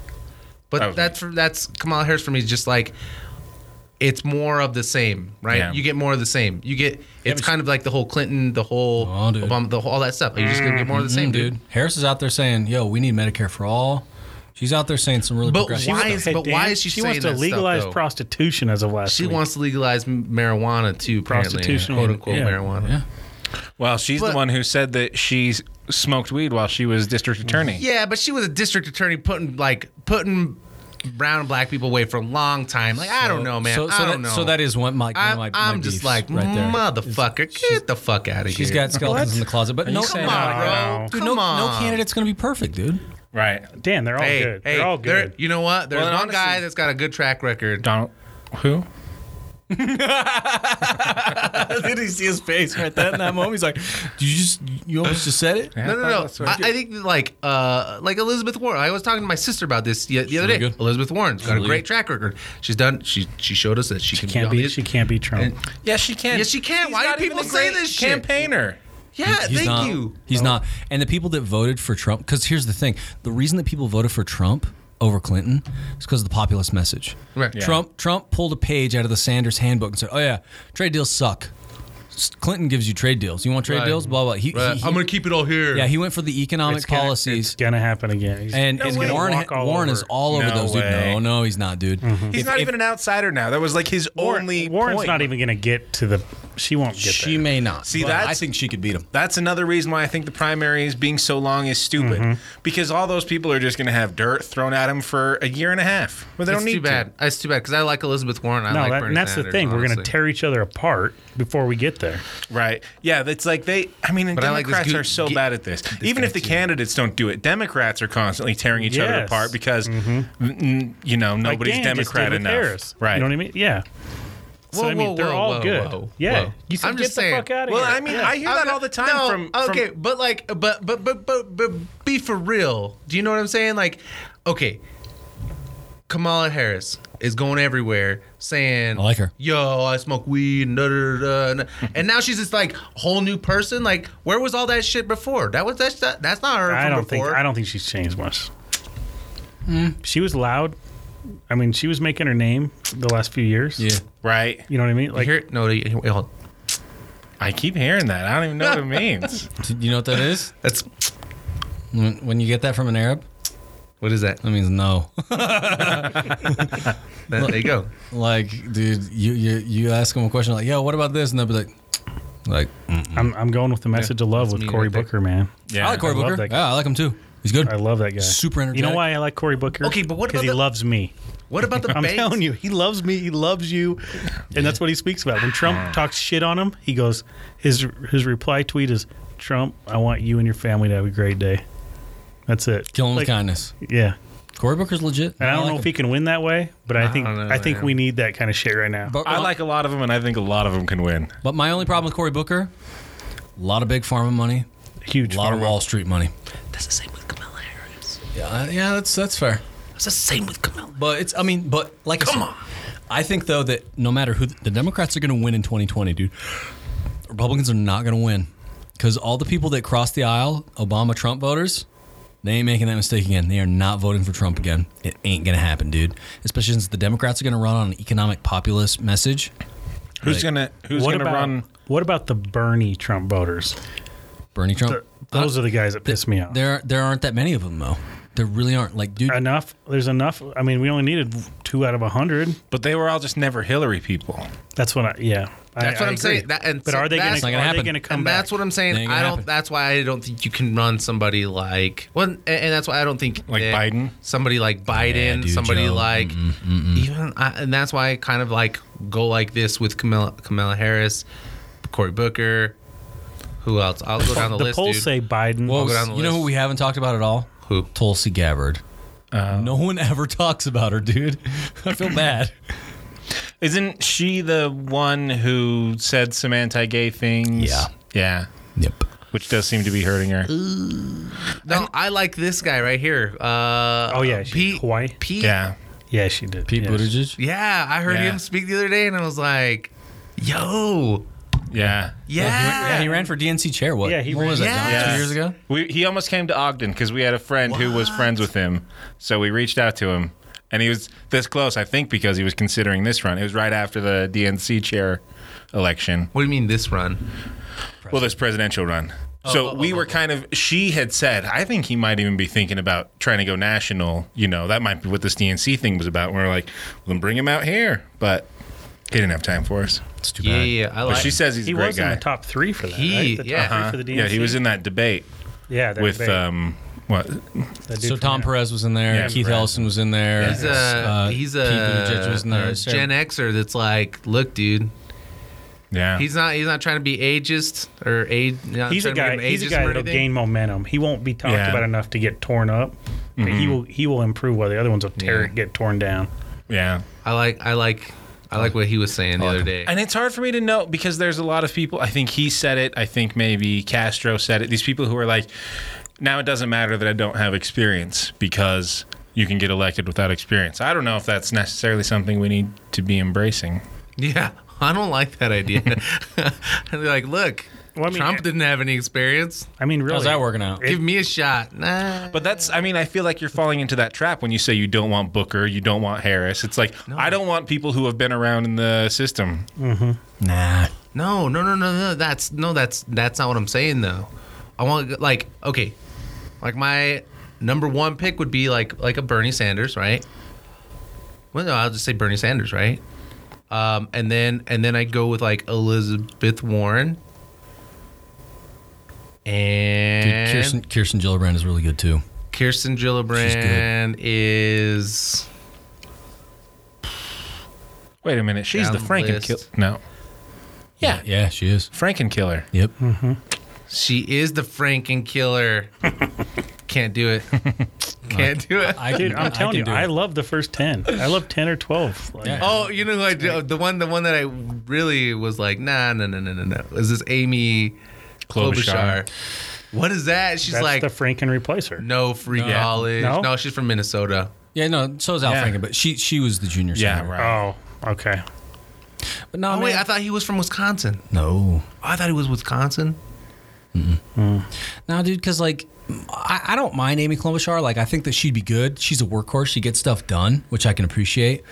Speaker 1: But
Speaker 3: That was
Speaker 1: that's for, that's Kamala Harris for me. Is just like it's more of the same, right?
Speaker 3: Yeah.
Speaker 1: You get more of the same. You get it's kind of like the whole Clinton, the whole
Speaker 2: Oh, dude.
Speaker 1: Obama, the whole, all that stuff. You're just gonna get more of the same,
Speaker 2: Mm,
Speaker 1: dude.
Speaker 2: dude. Harris is out there saying, "Yo, we need Medicare for all." She's out there saying some really
Speaker 1: But
Speaker 2: progressive
Speaker 1: why
Speaker 2: stuff.
Speaker 1: is- but why is she
Speaker 4: she
Speaker 1: saying
Speaker 4: wants to
Speaker 1: that stuff,
Speaker 4: legalize
Speaker 1: though?
Speaker 4: prostitution as of last
Speaker 1: She
Speaker 4: week.
Speaker 1: wants to legalize m- marijuana too, apparently.
Speaker 4: Prostitution.
Speaker 1: quote unquote
Speaker 4: Yeah.
Speaker 1: marijuana.
Speaker 2: Yeah.
Speaker 3: Well, she's
Speaker 1: But-
Speaker 3: the one who said that she s- smoked weed while she was district attorney.
Speaker 1: Yeah, but she was a district attorney putting like putting brown and black people away for a long time. Like I don't know, man.
Speaker 2: So, so
Speaker 1: I
Speaker 2: that,
Speaker 1: don't know.
Speaker 2: So that is one my, one
Speaker 1: I'm,
Speaker 2: of my, my
Speaker 1: I'm just
Speaker 2: beefs
Speaker 1: like
Speaker 2: right there.
Speaker 1: motherfucker, get the fuck out of here.
Speaker 2: She's got skeletons in the closet, but no,
Speaker 3: saying
Speaker 1: Come
Speaker 3: that
Speaker 1: on,
Speaker 3: out
Speaker 1: bro.
Speaker 4: loud?
Speaker 1: Come
Speaker 2: Dude, no,
Speaker 1: on.
Speaker 2: no candidate's gonna be perfect, dude.
Speaker 3: Right.
Speaker 4: Dan, they're all
Speaker 1: hey,
Speaker 4: good.
Speaker 1: hey,
Speaker 4: they're all
Speaker 1: there-
Speaker 4: good.
Speaker 1: you know what? There's
Speaker 3: Well, and
Speaker 1: one guy
Speaker 3: honestly-
Speaker 1: that's got a good track record.
Speaker 3: Donald. Who?
Speaker 2: Did he see his face right then in that moment? He's like, "Did you just you almost just said it?"
Speaker 1: No, no,
Speaker 3: I
Speaker 1: no.
Speaker 3: thought that's what
Speaker 1: I,
Speaker 3: I did.
Speaker 1: I think that, like uh, like Elizabeth Warren. I was talking to my sister about this the, the other
Speaker 2: really
Speaker 1: day.
Speaker 2: good.
Speaker 1: Elizabeth Warren's got a
Speaker 2: really
Speaker 1: great track record. She's done. She she showed us that she, can
Speaker 4: can't
Speaker 1: be. on
Speaker 4: be
Speaker 1: the-
Speaker 4: she can't be Trump.
Speaker 3: Yeah, she can.
Speaker 1: Yes, she can.
Speaker 3: He's
Speaker 1: Why do
Speaker 3: not even
Speaker 1: people
Speaker 3: a
Speaker 1: say
Speaker 3: great
Speaker 1: this shit?
Speaker 3: Campaigner.
Speaker 1: yeah,
Speaker 2: He's
Speaker 1: thank
Speaker 2: not,
Speaker 1: you. Oh.
Speaker 2: He's not. And the people that voted for Trump, because here's the thing: the reason that people voted for Trump over Clinton is because of the populist message.
Speaker 1: Right. Yeah.
Speaker 2: Trump Trump pulled a page out of the Sanders handbook and said, "Oh yeah, trade deals suck." S- Clinton gives you trade deals. You want trade
Speaker 1: Right.
Speaker 2: deals? Blah blah. He,
Speaker 1: Right.
Speaker 2: he-
Speaker 1: I'm gonna keep it all here.
Speaker 2: yeah, he went for the economic
Speaker 4: It's gonna-
Speaker 2: policies.
Speaker 4: Gonna happen again. He's-
Speaker 2: And, and
Speaker 4: he's gonna
Speaker 2: Warren,
Speaker 4: walk all
Speaker 2: Warren is
Speaker 4: over. Mm-hmm.
Speaker 2: all over
Speaker 3: No
Speaker 2: those. Dude.
Speaker 3: way.
Speaker 2: No, no, he's not, dude.
Speaker 3: He's not even an outsider now. That was like his
Speaker 4: Warren-
Speaker 3: only.
Speaker 4: Warren's
Speaker 3: point.
Speaker 4: not even gonna get to the. She won't get
Speaker 2: She
Speaker 4: there.
Speaker 2: may not.
Speaker 3: See,
Speaker 2: but I
Speaker 3: that's-
Speaker 2: think she could beat him.
Speaker 3: That's another reason why I think the primaries being so long is stupid, because all those people are just going to have dirt thrown at them for a year and a half. But they
Speaker 1: It's
Speaker 3: don't need
Speaker 1: too bad. It's too bad because I like Elizabeth Warren. I
Speaker 4: No,
Speaker 1: like
Speaker 4: that,
Speaker 1: Bernie
Speaker 4: and that's the
Speaker 1: Sanders,
Speaker 4: thing. We're gonna
Speaker 1: honestly.
Speaker 4: tear each other apart before we get there.
Speaker 3: to. Right? Yeah, it's like they. I mean, and
Speaker 1: But I like this
Speaker 3: Democrats
Speaker 1: goo-
Speaker 3: are so
Speaker 1: ge-
Speaker 3: bad at this. even if the candidates don't do it, Democrats are constantly tearing each other
Speaker 4: Yes.
Speaker 3: apart because mm, mm, you know
Speaker 4: Like
Speaker 3: nobody's
Speaker 4: Dan just did
Speaker 3: Democrat
Speaker 4: with
Speaker 3: enough.
Speaker 4: Harris.
Speaker 3: Right?
Speaker 4: You know what I mean? Yeah. So
Speaker 1: Whoa,
Speaker 4: I mean,
Speaker 1: whoa,
Speaker 4: they're
Speaker 1: whoa,
Speaker 4: all
Speaker 1: whoa,
Speaker 4: good.
Speaker 1: whoa,
Speaker 4: yeah.
Speaker 1: whoa.
Speaker 4: You said
Speaker 1: I'm
Speaker 4: get
Speaker 1: just
Speaker 4: the
Speaker 1: saying.
Speaker 4: fuck out of
Speaker 3: Well,
Speaker 4: here.
Speaker 3: I mean, I hear
Speaker 1: I'm
Speaker 3: that
Speaker 1: not-
Speaker 3: all the time
Speaker 1: no,
Speaker 3: from, from-
Speaker 1: okay, but like, but but but but but be for real. Do you know what I'm saying? Like, okay, Kamala Harris is going everywhere saying,
Speaker 2: I like her.
Speaker 1: Yo, I smoke weed, and da, da, da, da, and- and now she's just like whole new person. Like, where was all that shit before? That was that's that, that's not her.
Speaker 4: I
Speaker 1: from
Speaker 4: don't think
Speaker 1: before.
Speaker 4: I don't think she's changed much.
Speaker 1: Hmm.
Speaker 4: She was loud. I mean, she was making her name the last few years.
Speaker 2: Yeah.
Speaker 3: Right?
Speaker 4: You know what I mean?
Speaker 1: You
Speaker 4: Like
Speaker 1: hear it? no. you- you- wait, hold on.
Speaker 3: I keep hearing that. I don't even know what it means.
Speaker 2: Do you know what that is?
Speaker 1: That's
Speaker 2: When when you get that from an Arab,
Speaker 1: what is that?
Speaker 2: that means no.
Speaker 1: That- there you go.
Speaker 2: Like, dude, you you, you ask them a question like, "Yo, what about this?" and they'll be like, "Like,
Speaker 4: I'm, I'm going with the message of love with
Speaker 1: me
Speaker 4: Cory
Speaker 1: right there.
Speaker 4: Booker, man.
Speaker 2: I like Cory
Speaker 4: I love
Speaker 2: Booker.
Speaker 4: that guy.
Speaker 2: Yeah, I like him too. He's good.
Speaker 4: I love that guy.
Speaker 2: Super
Speaker 4: You
Speaker 2: energetic.
Speaker 4: know why I like Cory Booker?
Speaker 1: Okay, but what
Speaker 4: Because
Speaker 1: about
Speaker 4: he
Speaker 1: the-
Speaker 4: loves me.
Speaker 1: What about the
Speaker 4: I'm
Speaker 1: banks?
Speaker 4: telling you, he loves me. He loves you, and that's what he speaks about. When
Speaker 1: Uh.
Speaker 4: Trump talks shit on him, he goes his his reply tweet is Trump. I want you and your family to have a great day. That's it.
Speaker 2: Kill him
Speaker 4: Like,
Speaker 2: with kindness.
Speaker 4: Yeah,
Speaker 2: Cory Booker's legit.
Speaker 4: and I don't
Speaker 2: like
Speaker 4: know
Speaker 2: him.
Speaker 4: if he can win that way, but I think I,
Speaker 1: don't know,
Speaker 4: think
Speaker 1: man.
Speaker 4: we need that kind of shit right now.
Speaker 2: But,
Speaker 3: I like a lot of them, and I think a lot of them can win.
Speaker 2: But my only problem with Cory Booker, a lot of big pharma money,
Speaker 4: Huge.
Speaker 2: a lot of
Speaker 4: pharma.
Speaker 2: Wall Street money.
Speaker 1: That's the same with Kamala Harris.
Speaker 2: Yeah, yeah, that's that's fair.
Speaker 1: That's the same with Kamala.
Speaker 2: But it's, I mean, but like, come
Speaker 1: on.
Speaker 2: I think though that no matter who the Democrats are going to win in 2020, dude, Republicans are not going to win because all the people that crossed the aisle, Obama, Trump voters, they ain't making that mistake again. They are not voting for Trump again. It ain't going to happen, dude. Especially since the Democrats are going to run on an economic populist message.
Speaker 3: Who's
Speaker 2: Like,
Speaker 3: gonna Who's
Speaker 4: What
Speaker 3: gonna
Speaker 4: about
Speaker 3: run?
Speaker 4: what about the Bernie Trump voters?
Speaker 2: Bernie
Speaker 1: Uh,
Speaker 2: Trump.
Speaker 4: Those are the guys that piss me off.
Speaker 2: There, there aren't that many of them though. There really aren't. Like, dude,
Speaker 4: Enough. There's enough. I mean, we only needed two out of a hundred.
Speaker 3: But they were all just never Hillary people.
Speaker 4: That's what I. Yeah.
Speaker 1: That's what
Speaker 4: I, I
Speaker 1: I'm saying.
Speaker 4: agree.
Speaker 1: That- and
Speaker 4: but
Speaker 1: so
Speaker 4: are they
Speaker 1: that's
Speaker 4: going
Speaker 1: not
Speaker 2: gonna
Speaker 4: to are they
Speaker 2: happen.
Speaker 4: going to come
Speaker 1: and
Speaker 4: back?
Speaker 1: that's what I'm
Speaker 2: It ain't
Speaker 1: saying.
Speaker 2: gonna
Speaker 1: I don't.
Speaker 2: happen.
Speaker 1: That's why I don't think you can run somebody like well, and, and that's why I don't think
Speaker 3: Like
Speaker 1: that
Speaker 3: Biden?
Speaker 1: somebody like Biden,
Speaker 2: dude, Mm-hmm,
Speaker 1: somebody
Speaker 2: Joe.
Speaker 1: like even, I, and that's why I kind of like go like this with Camilla, Camilla Harris, Cory Booker, who else? I'll go down the,
Speaker 4: the
Speaker 1: list.
Speaker 4: polls
Speaker 1: dude.
Speaker 4: say Biden.
Speaker 2: Well,
Speaker 1: go down the
Speaker 2: you know
Speaker 1: list.
Speaker 2: who we haven't talked about at all?
Speaker 1: Who?
Speaker 2: Tulsi Gabbard.
Speaker 4: Uh,
Speaker 2: no one ever talks about her, dude. I feel bad.
Speaker 3: Isn't she the one who said some anti-gay things?
Speaker 2: Yeah.
Speaker 3: yeah,
Speaker 2: Yep.
Speaker 3: which does seem to be hurting her.
Speaker 1: no, I like this guy right here. Uh,
Speaker 4: Oh, yeah, she-
Speaker 1: Pete.
Speaker 4: Hawaii?
Speaker 1: Pete.
Speaker 3: Yeah,
Speaker 4: yeah, she did.
Speaker 2: Pete
Speaker 4: yeah.
Speaker 2: Buttigieg.
Speaker 1: Yeah, I heard
Speaker 3: Yeah.
Speaker 1: him speak the other day, and I was like, "Yo,
Speaker 3: yeah.
Speaker 1: yeah."
Speaker 2: Yeah, he ran for DNC chair. What?
Speaker 4: Yeah, he
Speaker 2: what
Speaker 4: ran-
Speaker 2: was that?
Speaker 1: Yeah.
Speaker 2: John, Two years ago.
Speaker 3: We, he almost came to Ogden because we had a friend who was friends with him, so we reached out to him, and he was this close, I think, because he was considering this run. It was right after the DNC chair election.
Speaker 1: What do you mean this run?
Speaker 3: Well, this presidential run.
Speaker 4: Oh,
Speaker 3: So we were kind of. She had said, I think he might even be thinking about trying to go national. You know, that might be what this DNC thing was about. we are like, well, then bring him out here, but he didn't have time for us.
Speaker 2: It's too
Speaker 1: Yeah,
Speaker 2: bad.
Speaker 1: yeah, I
Speaker 3: But
Speaker 1: like.
Speaker 3: she says he's a
Speaker 4: He
Speaker 3: great
Speaker 4: was
Speaker 3: guy.
Speaker 4: in the top three for that.
Speaker 1: He-
Speaker 4: right? The top
Speaker 1: yeah.
Speaker 4: three
Speaker 3: Huh?
Speaker 4: for the DNC.
Speaker 3: yeah, he was in that debate
Speaker 4: Yeah, that
Speaker 3: with
Speaker 4: debate.
Speaker 3: um, what?
Speaker 4: That dude
Speaker 2: So
Speaker 4: from
Speaker 2: Tom
Speaker 4: there.
Speaker 2: Perez was in there.
Speaker 3: Yeah,
Speaker 2: Keith
Speaker 3: Brad.
Speaker 2: Ellison was in there.
Speaker 1: He's a
Speaker 2: uh,
Speaker 1: he's
Speaker 2: Pete Buttigieg
Speaker 1: a,
Speaker 2: was in there.
Speaker 1: a
Speaker 2: Sarah-
Speaker 1: Gen Xer that's like, look, dude,
Speaker 3: Yeah,
Speaker 1: he's not he's not trying to be ageist or age.
Speaker 4: He's a guy. He's a guy that'll gain momentum. He won't be talked
Speaker 3: Yeah.
Speaker 4: about enough to get torn up. Like, he will he will improve while the other ones will tear
Speaker 1: Yeah.
Speaker 4: get torn down.
Speaker 3: Yeah.
Speaker 1: I like I like I like what he was saying the other day.
Speaker 3: And it's hard for me to know because there's a lot of people. I think he said it. I think maybe Castro said it. These people who are like, now it doesn't matter that I don't have experience because you can get elected without experience. I don't know if that's necessarily something we need to be embracing.
Speaker 1: Yeah, I don't like that idea. and they're like, look,
Speaker 4: Well, I mean, eh
Speaker 1: Trump didn't have any experience.
Speaker 4: I mean, really,
Speaker 2: How's that working out?
Speaker 1: Give me a shot. Nah.
Speaker 3: But that's, I mean, I feel like you're falling into that trap when you say you don't want Booker, you don't want Harris. It's like, I don't want people who have been around in the system.
Speaker 2: Nah.
Speaker 1: No, no, no, no, no. That's no, that's that's not what I'm saying though. I want like okay, like my number one pick would be like like a Bernie Sanders, right? Well, no, I'll just say Bernie Sanders, right? Um, and then and then I go with like Elizabeth Warren. And
Speaker 2: Dude, Kirsten, Kirsten Gillibrand is really good too.
Speaker 1: Kirsten Gillibrand is
Speaker 3: Wait a minute. She's
Speaker 1: Down
Speaker 3: the
Speaker 1: the
Speaker 3: Franken killer.
Speaker 1: list.
Speaker 3: No. Yeah.
Speaker 2: Yeah, Hmm. she is.
Speaker 3: Franken killer.
Speaker 2: Yep.
Speaker 1: she is the Franken killer. Can't do it. Can't do it.
Speaker 2: I
Speaker 4: dude.
Speaker 2: can-
Speaker 4: I'm telling
Speaker 2: can
Speaker 4: you,
Speaker 2: do
Speaker 4: I
Speaker 2: it.
Speaker 4: love the first ten. I love ten or twelve. Like,
Speaker 2: Yeah.
Speaker 1: Oh, you know who I do? The one, the one that I really was like, nah, no, no, no, no, no. Is this Amy
Speaker 3: Klobuchar.
Speaker 1: Klobuchar? What is that? She's
Speaker 4: that's
Speaker 1: like,
Speaker 4: the Franken replacer.
Speaker 1: no free
Speaker 2: No.
Speaker 1: college.
Speaker 4: No?
Speaker 1: No? she's from Minnesota.
Speaker 2: Yeah, no. So is Al
Speaker 3: Yeah.
Speaker 2: Franken, but she she was the junior.
Speaker 3: Yeah,
Speaker 2: senator.
Speaker 3: right.
Speaker 4: Oh, okay.
Speaker 2: But no,
Speaker 1: Oh,
Speaker 2: man.
Speaker 1: wait, I thought he was from Wisconsin. Oh,
Speaker 2: no,
Speaker 1: I thought he was Wisconsin.
Speaker 2: no, dude. Because like, I, I don't mind Amy Klobuchar. Like, I think that she'd be good. She's a workhorse. She gets stuff done, which I can appreciate.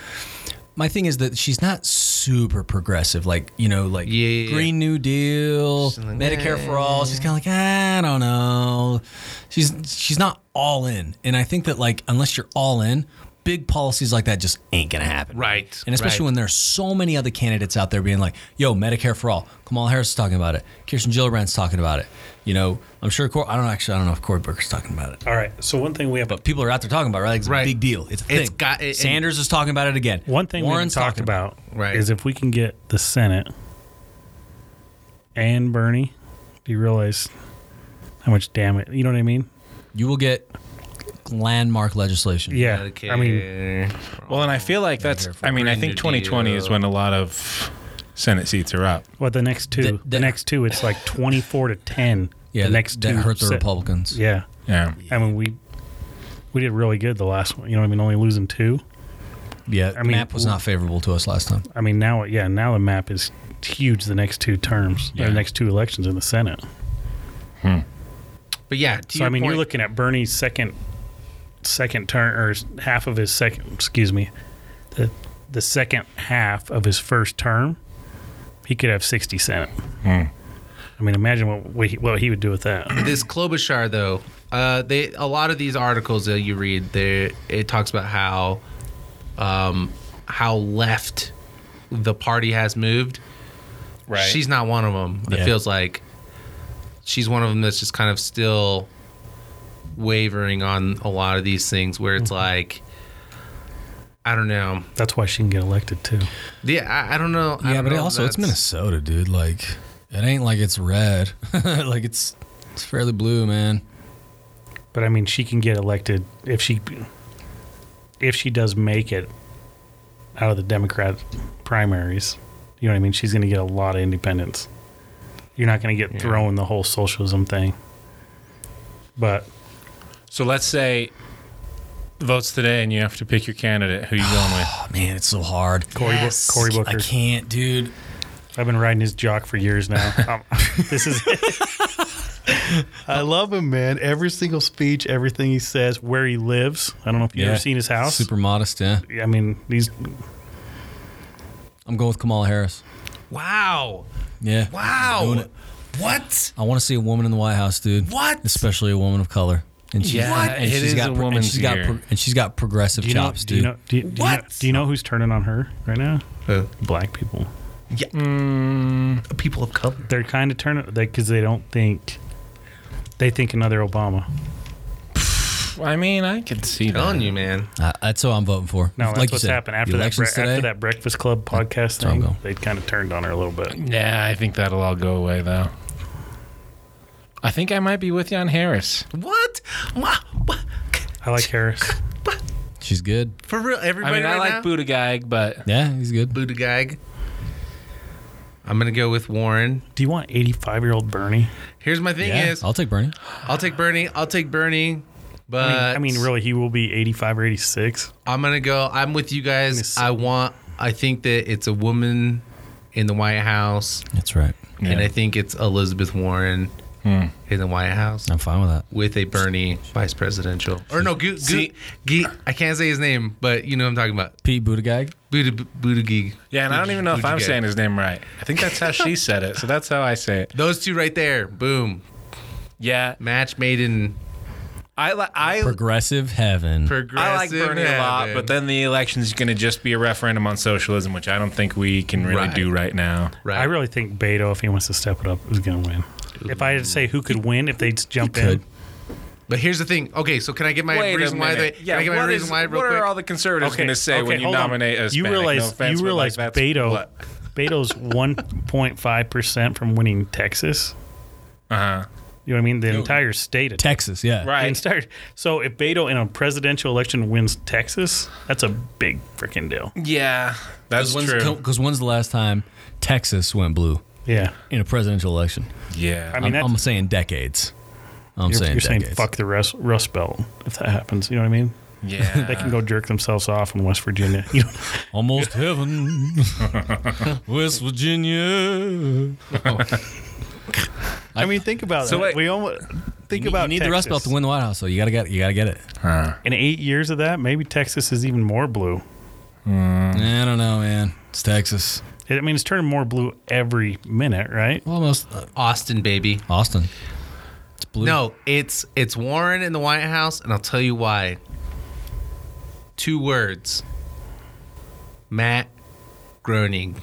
Speaker 2: My thing is that she's not super progressive, like you know, like
Speaker 1: Yeah, yeah, yeah.
Speaker 2: Green New Deal,
Speaker 1: She's like,
Speaker 2: Medicare for all. She's kind of like I don't know. She's she's not all in, and I think that like unless you're all in, big policies like that just ain't gonna happen.
Speaker 1: Right.
Speaker 2: And especially when there's so many other candidates out there being like, yo, Medicare for all. Kamala Harris is talking about it. Kirsten Gillibrand's talking about it. You know, I'm sure, Cor- I don't know, actually, I don't know if Cory Booker's talking about it.
Speaker 4: All right. So one thing we have
Speaker 2: But people are out there talking about it, right? Like, It's
Speaker 1: Right.
Speaker 2: a big deal. It's a thing.
Speaker 1: It's got- it-
Speaker 2: Sanders is talking about it again.
Speaker 4: One thing
Speaker 2: Warren's
Speaker 4: we haven't talked
Speaker 2: talking
Speaker 4: about
Speaker 1: Right.
Speaker 4: is if we can get the Senate and Bernie, do you realize how much damage? You know what I mean?
Speaker 2: You will get landmark legislation.
Speaker 4: Yeah.
Speaker 1: Medicare.
Speaker 4: I mean,
Speaker 3: Well, and I feel like that's.
Speaker 2: for
Speaker 3: I mean, I
Speaker 1: Green New
Speaker 3: think 2020 is
Speaker 1: Deal.
Speaker 3: when a lot of Senate seats are up.
Speaker 4: what the next two? The,
Speaker 2: The- the-
Speaker 4: next two, it's like twenty-four to ten.
Speaker 2: Yeah.
Speaker 4: the next
Speaker 2: that
Speaker 4: two
Speaker 2: hurt the
Speaker 4: se-
Speaker 2: Republicans.
Speaker 4: Yeah,
Speaker 3: Yeah.
Speaker 4: I mean we we did really good the last one. You know what I mean? Only losing two.
Speaker 2: Yeah.
Speaker 4: I mean,
Speaker 2: map was not favorable to us last time.
Speaker 4: I mean now, yeah, now the map is huge. The next two terms, or
Speaker 3: Yeah.
Speaker 4: the next two elections in the Senate.
Speaker 1: but yeah, to
Speaker 4: so
Speaker 1: your
Speaker 4: I mean,
Speaker 1: point,
Speaker 4: you're looking at Bernie's second second turn or s- half of his second. Excuse me, the the second half of his first term, he could have sixty Senate. I mean, imagine what what he, what he would do with that.
Speaker 1: this Klobuchar though, uh, they a lot of these articles that you read, there it talks about how, um, how left the party has moved.
Speaker 3: Right.
Speaker 1: She's not one of them. It
Speaker 2: Yeah.
Speaker 1: feels like she's one of them that's just kind of still wavering on a lot of these things where
Speaker 2: Mm-hmm.
Speaker 1: it's like, I don't know.
Speaker 4: That's why she can get elected too.
Speaker 1: Yeah, I, I don't know. I
Speaker 2: Yeah,
Speaker 1: don't
Speaker 2: but
Speaker 1: know
Speaker 2: it
Speaker 1: if
Speaker 2: also it's
Speaker 1: that's-
Speaker 2: Minnesota, dude. Like it ain't like it's red. like it's it's fairly blue, man.
Speaker 4: But I mean, she can get elected if she if she does make it out of the Democrat primaries. You know what I mean? She's going to get a lot of independence. You're not going to get thrown the whole socialism thing. But
Speaker 3: so let's say votes today, and you have to pick your candidate. Who you going with?
Speaker 2: Oh man, it's so hard.
Speaker 4: Cory, Bo- Cory Booker.
Speaker 2: I can't, dude.
Speaker 4: I've been riding his jock for years now. Um, this is. I love him, man. Every single speech, everything he says, where he lives. I don't know if you've ever seen his house.
Speaker 2: Super modest, yeah.
Speaker 4: I mean, these.
Speaker 2: I'm going with Kamala Harris.
Speaker 1: Wow.
Speaker 2: Yeah. Doing
Speaker 1: Wow.
Speaker 2: it.
Speaker 1: What?
Speaker 2: I want to see a woman in the White House, dude.
Speaker 1: What?
Speaker 2: Especially a woman of color. And she's,
Speaker 3: Yeah, What?
Speaker 2: And
Speaker 3: it
Speaker 2: she's
Speaker 3: is
Speaker 2: got pro-
Speaker 3: a
Speaker 2: and
Speaker 3: woman's
Speaker 2: she's got
Speaker 3: year.
Speaker 2: pro- and she's got progressive
Speaker 4: Do you, know,
Speaker 2: chops,
Speaker 4: do,
Speaker 2: dude.
Speaker 4: you know, do, you, do, you know,
Speaker 1: What?
Speaker 4: do you know who's turning on her right now?
Speaker 1: Who?
Speaker 4: Black people.
Speaker 1: Yeah. Uh, People of color.
Speaker 4: They're kind of turning because they don't think they think another Obama.
Speaker 3: I mean, I could see
Speaker 1: Telling
Speaker 3: that.
Speaker 1: you, man.
Speaker 2: Uh, that's what I'm voting for.
Speaker 4: No, that's
Speaker 2: like you
Speaker 4: what's
Speaker 2: said,
Speaker 4: happened
Speaker 2: the
Speaker 4: after that. Bre-
Speaker 2: elections today.
Speaker 4: after that Breakfast Club podcast
Speaker 2: where I'm
Speaker 4: thing,
Speaker 2: going.
Speaker 4: they kind of turned on her a little bit.
Speaker 3: Yeah, I think that'll all go away though. I think I might be with you on Harris.
Speaker 1: What? Wha- wha-
Speaker 4: I like Harris.
Speaker 2: She's good.
Speaker 1: For real,
Speaker 5: I
Speaker 1: everybody.
Speaker 5: mean, I
Speaker 1: right
Speaker 5: like
Speaker 1: now?
Speaker 5: Buddha Gag, but
Speaker 2: Yeah, he's good.
Speaker 1: Buttigieg. I'm gonna go with Warren.
Speaker 4: Do you want 85 year old Bernie?
Speaker 1: Here's my thing:
Speaker 2: Yeah,
Speaker 1: is I'll,
Speaker 2: I'll take Bernie.
Speaker 1: take Bernie. I'll take Bernie. But
Speaker 4: I mean, really, he will be 85 or 86.
Speaker 1: I'm gonna go. I'm with you guys.
Speaker 4: Miss-
Speaker 1: I want. I think that it's a woman in the White House,
Speaker 2: That's right.
Speaker 1: and I
Speaker 3: Yeah.
Speaker 1: think it's Elizabeth Warren in the White House
Speaker 2: I'm fine with that.
Speaker 1: with a Bernie vice presidential. Or no, Gu- Gu-
Speaker 3: See-
Speaker 1: Gu- I can't say his name, but you know what I'm talking about.
Speaker 2: Pete Buttigieg.
Speaker 1: Buddha, Buddha
Speaker 3: Yeah, and I don't even know if I'm
Speaker 1: Buttigieg.
Speaker 3: saying his name right. I think that's how she said it, so that's how I say it.
Speaker 1: Those two right there. Boom.
Speaker 5: yeah,
Speaker 1: Match made in
Speaker 3: I li- I
Speaker 2: Progressive heaven.
Speaker 1: progressive.
Speaker 3: I like Bernie a lot,
Speaker 1: heaven.
Speaker 3: but then the election's going to just be a referendum on socialism, which I don't think we can really
Speaker 1: Right.
Speaker 3: do right now.
Speaker 1: right.
Speaker 4: I really think Beto, if he wants to step it up, is going to win. If I had to say who could win, if they'd jump in,
Speaker 2: could.
Speaker 1: But here's the thing. Okay, so can I get my
Speaker 3: Wait
Speaker 1: reason
Speaker 3: a
Speaker 1: why they?
Speaker 3: minute. yeah,
Speaker 1: can I get my
Speaker 3: what
Speaker 1: reason
Speaker 3: is-
Speaker 1: why real
Speaker 3: what
Speaker 1: quick?
Speaker 3: are all the conservatives going to say when you
Speaker 4: hold on.
Speaker 3: nominate us?
Speaker 4: You realize you realize Beto
Speaker 3: Uh
Speaker 4: Beto's 1.5 percent from winning Texas.
Speaker 3: huh.
Speaker 4: You know what I mean? The entire state of
Speaker 2: Texas. Yeah.
Speaker 4: The
Speaker 3: Right.
Speaker 4: entire, so if Beto in a presidential election wins Texas, that's a big freaking deal.
Speaker 3: Yeah, that's
Speaker 2: Because
Speaker 3: true.
Speaker 2: when's, 'cause when's the last time Texas went blue
Speaker 4: Yeah,
Speaker 2: in a presidential election?
Speaker 3: yeah,
Speaker 4: I
Speaker 2: I
Speaker 4: mean that's
Speaker 2: am saying decades. I'm
Speaker 4: you're,
Speaker 2: saying
Speaker 4: you're saying
Speaker 2: decades.
Speaker 4: fuck the rust, rust belt if that happens. You know what I mean?
Speaker 3: yeah.
Speaker 4: They can go jerk themselves off in West Virginia. You know,
Speaker 2: Almost heaven, West Virginia.
Speaker 4: I mean, think about
Speaker 3: So
Speaker 4: that.
Speaker 3: wait.
Speaker 4: we almost think
Speaker 2: You-
Speaker 4: about
Speaker 2: you need the Rust Belt to
Speaker 4: Texas.
Speaker 2: win the White House, so you gotta get you gotta get it.
Speaker 4: In eight years of that, maybe Texas is even more blue.
Speaker 2: I don't know, man. It's Texas.
Speaker 4: I mean, it's turning more blue every minute, right?
Speaker 2: Almost uh,
Speaker 1: Austin baby.
Speaker 2: Austin. It's blue.
Speaker 1: No, it's it's Warren in the White House, and I'll tell you why. Two words. Matt Groening.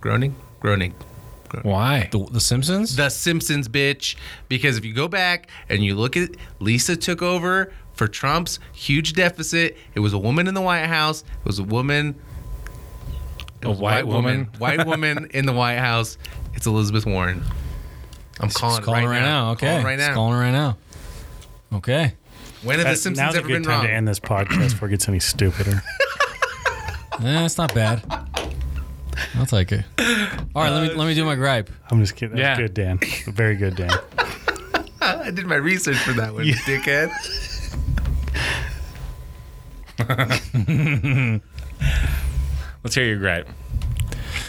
Speaker 1: Groening? Groening.
Speaker 3: Why?
Speaker 2: the, the Simpsons.
Speaker 1: The Simpsons bitch. Because if you go back and you look at Lisa took over for Trump's huge deficit. It was a woman in the White House. It was a woman
Speaker 3: A white woman?
Speaker 1: White woman in the White House. It's Elizabeth Warren. I'm calling,
Speaker 2: It's calling
Speaker 1: it right, now.
Speaker 2: Okay,
Speaker 1: Calling right
Speaker 2: It's
Speaker 1: now.
Speaker 2: calling right now. Okay.
Speaker 1: When have the
Speaker 4: That-
Speaker 1: Simpsons
Speaker 4: now's
Speaker 1: ever
Speaker 4: a good
Speaker 1: been
Speaker 4: time
Speaker 1: wrong?
Speaker 4: to end this podcast before it gets any stupider.
Speaker 2: Eh, it's not bad. I'll take it. All right, let me let me do my gripe.
Speaker 4: I'm just kidding. That's
Speaker 3: Yeah.
Speaker 4: good, Dan. Very good, Dan.
Speaker 1: I did my research for that one, dickhead.
Speaker 3: Let's hear your gripe.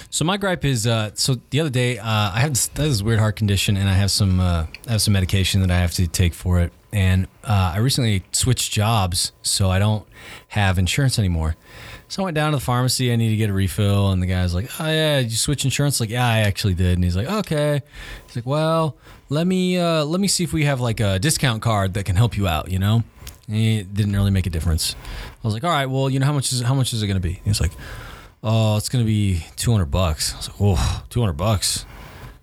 Speaker 2: So my gripe is uh, so the other day uh, I have this, I have this weird heart condition and I have some uh, I have some medication that I have to take for it and uh, I recently switched jobs so I don't have insurance anymore. So I went down to the pharmacy. I need to get a refill, and the guy's like, "Oh yeah, did you switch insurance?" Like, yeah, I actually did. And he's like, "Okay." He's like, "Well, let me uh, let me see if we have like a discount card that can help you out." You know, And it didn't really make a difference. I was like, "All right, well, you know how much is how much is it going to be?" He's like, oh, it's gonna be two hundred bucks. I was like, oh, two hundred bucks.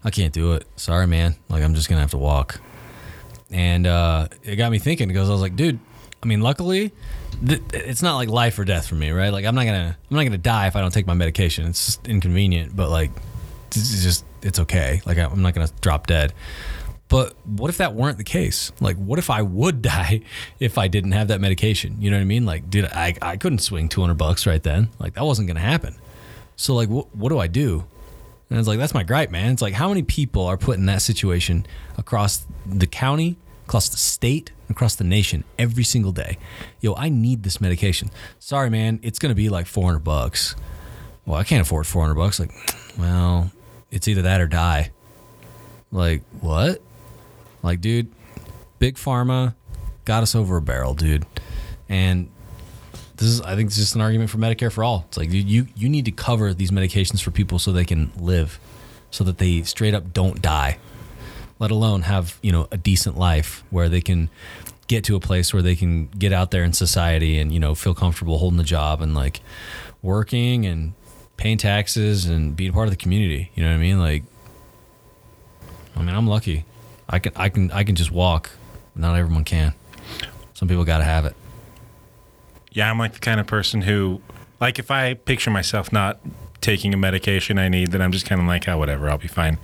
Speaker 2: I can't do it. Sorry, man. Like I'm just gonna have to walk. And uh, it got me thinking because I was like, dude. I mean, luckily, th- it's not like life or death for me, right? Like I'm not gonna I'm not gonna die if I don't take my medication. It's just inconvenient, but like this is just it's okay. Like I- I'm not gonna drop dead. But what if that weren't the case? Like, what if I would die if I didn't have that medication? You know what I mean? Like, dude, I, I couldn't swing 200 bucks right then. Like, that wasn't going to happen. So, like, wh- what do I do? And it's like, that's my gripe, man. It's like, how many people are put in that situation across the county, across the state, across the nation every single day? Yo, I need this medication. Sorry, man. It's going to be like 400 bucks. Well, I can't afford 400 bucks. Like, well, it's either that or die. Like, what? Like, dude, big pharma got us over a barrel, dude. And this is, I think, it's just an argument for Medicare for all. It's like dude, you you need to cover these medications for people so they can live, so that they straight up don't die, let alone have you know a decent life where they can get to a place where they can get out there in society and you know feel comfortable holding a job and like working and paying taxes and being part of the community. You know what I mean? Like I mean, I'm lucky. I can I can I can just walk. Not everyone can. Some people got to have it.
Speaker 3: Yeah, I'm like the kind of person who, like, if I picture myself not taking a medication I need, then I'm just kind of like, oh, whatever, I'll be fine.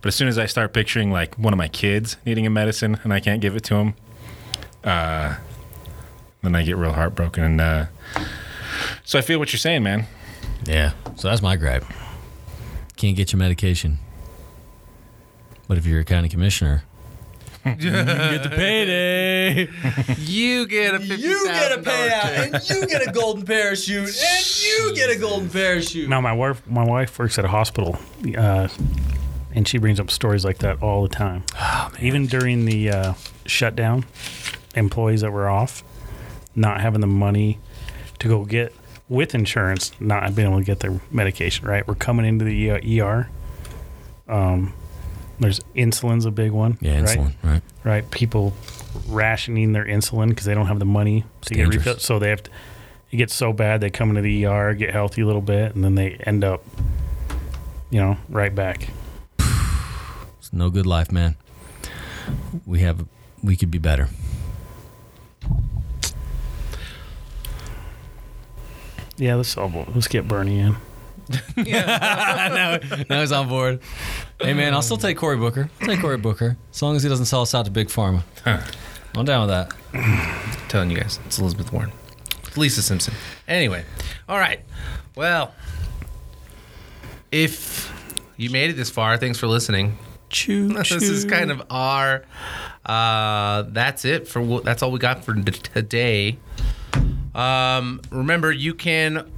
Speaker 3: But as soon as I start picturing like one of my kids needing a medicine and I can't give it to him, uh, Then I get real heartbroken. And uh, so I feel what you're saying, man.
Speaker 6: Yeah. So that's my gripe. Can't get your medication. But if you're a county commissioner, you get the payday.
Speaker 1: You get a
Speaker 6: You get a payout, and you get a golden parachute, and you get a golden parachute.
Speaker 4: No, my wife, my wife works at a hospital, uh, and she brings up stories like that all the time. Even during the uh, shutdown, employees that were off, not having the money to go get with insurance, not being able to get their medication. Right, we're coming into the E- ER. Um, there's insulin's a big one.
Speaker 6: Yeah,
Speaker 4: right?
Speaker 6: insulin, right?
Speaker 4: right? People rationing their insulin because they don't have the money to get
Speaker 6: dangerous.
Speaker 4: refilled. So they have to, it gets so bad they come into the ER, get healthy a little bit, and then they end up, you know, right back.
Speaker 6: It's no good life, man. We have, we could be better.
Speaker 4: Yeah, let's all, let's get Bernie in.
Speaker 6: now, now he's on board. Hey, man, I'll still take Cory Booker. I'll take Cory Booker as long as he doesn't sell us out to Big Pharma. I'm down with that.
Speaker 1: telling you guys, it's Elizabeth Warren, It's Lisa Simpson. Anyway, all right. Well, if you made it this far, thanks for listening. This is kind of our. Uh, that's it for. wh- That's all we got for t- today. Um, remember, you can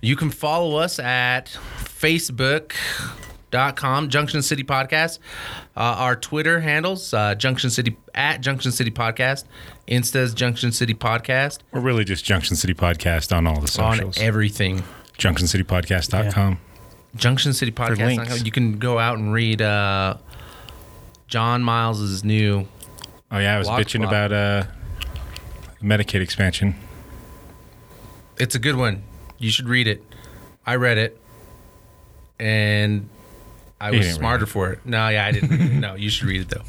Speaker 1: you can follow us at facebook.com junction city podcast uh, our twitter handles uh, junction city at junction city podcast insta's junction city podcast
Speaker 3: We're really just Junction City Podcast on all the socials.
Speaker 1: on everything
Speaker 3: JunctionCityPodcast.com.
Speaker 1: junction city podcast
Speaker 3: links.
Speaker 1: you can go out and read uh, john miles's new
Speaker 3: Oh, yeah. I was
Speaker 1: Blog
Speaker 3: bitching
Speaker 1: spot.
Speaker 3: about uh, Medicaid expansion.
Speaker 1: it's a good one you should read it i read it and I
Speaker 3: You
Speaker 1: was
Speaker 3: didn't read
Speaker 1: smarter for it. No, yeah, I didn't. read it. No, you should read it though.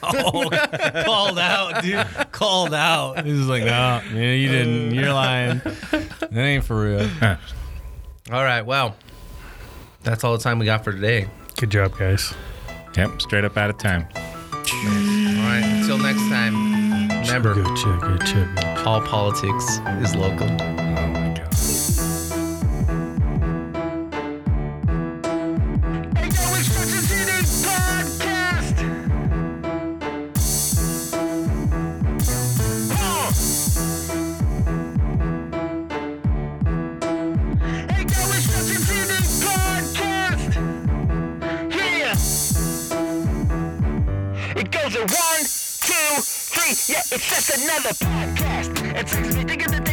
Speaker 6: Called out, dude. Called out. He's like, no, Uh, yeah, you didn't. You're lying. That ain't for real.
Speaker 1: All right, well, that's all the time we got for today.
Speaker 4: Good job, guys.
Speaker 3: Yep. Straight up out of time.
Speaker 1: All right, until next time, remember
Speaker 4: Good job, good job.
Speaker 1: all politics is local.
Speaker 3: Oh, my God.
Speaker 7: Hey, yo, it's Fucking City Podcast. Huh. Hey, yo, it's Fucking City Podcast. Yeah. It goes at one, two, three. Yeah, it's just another podcast. It takes me thinking that they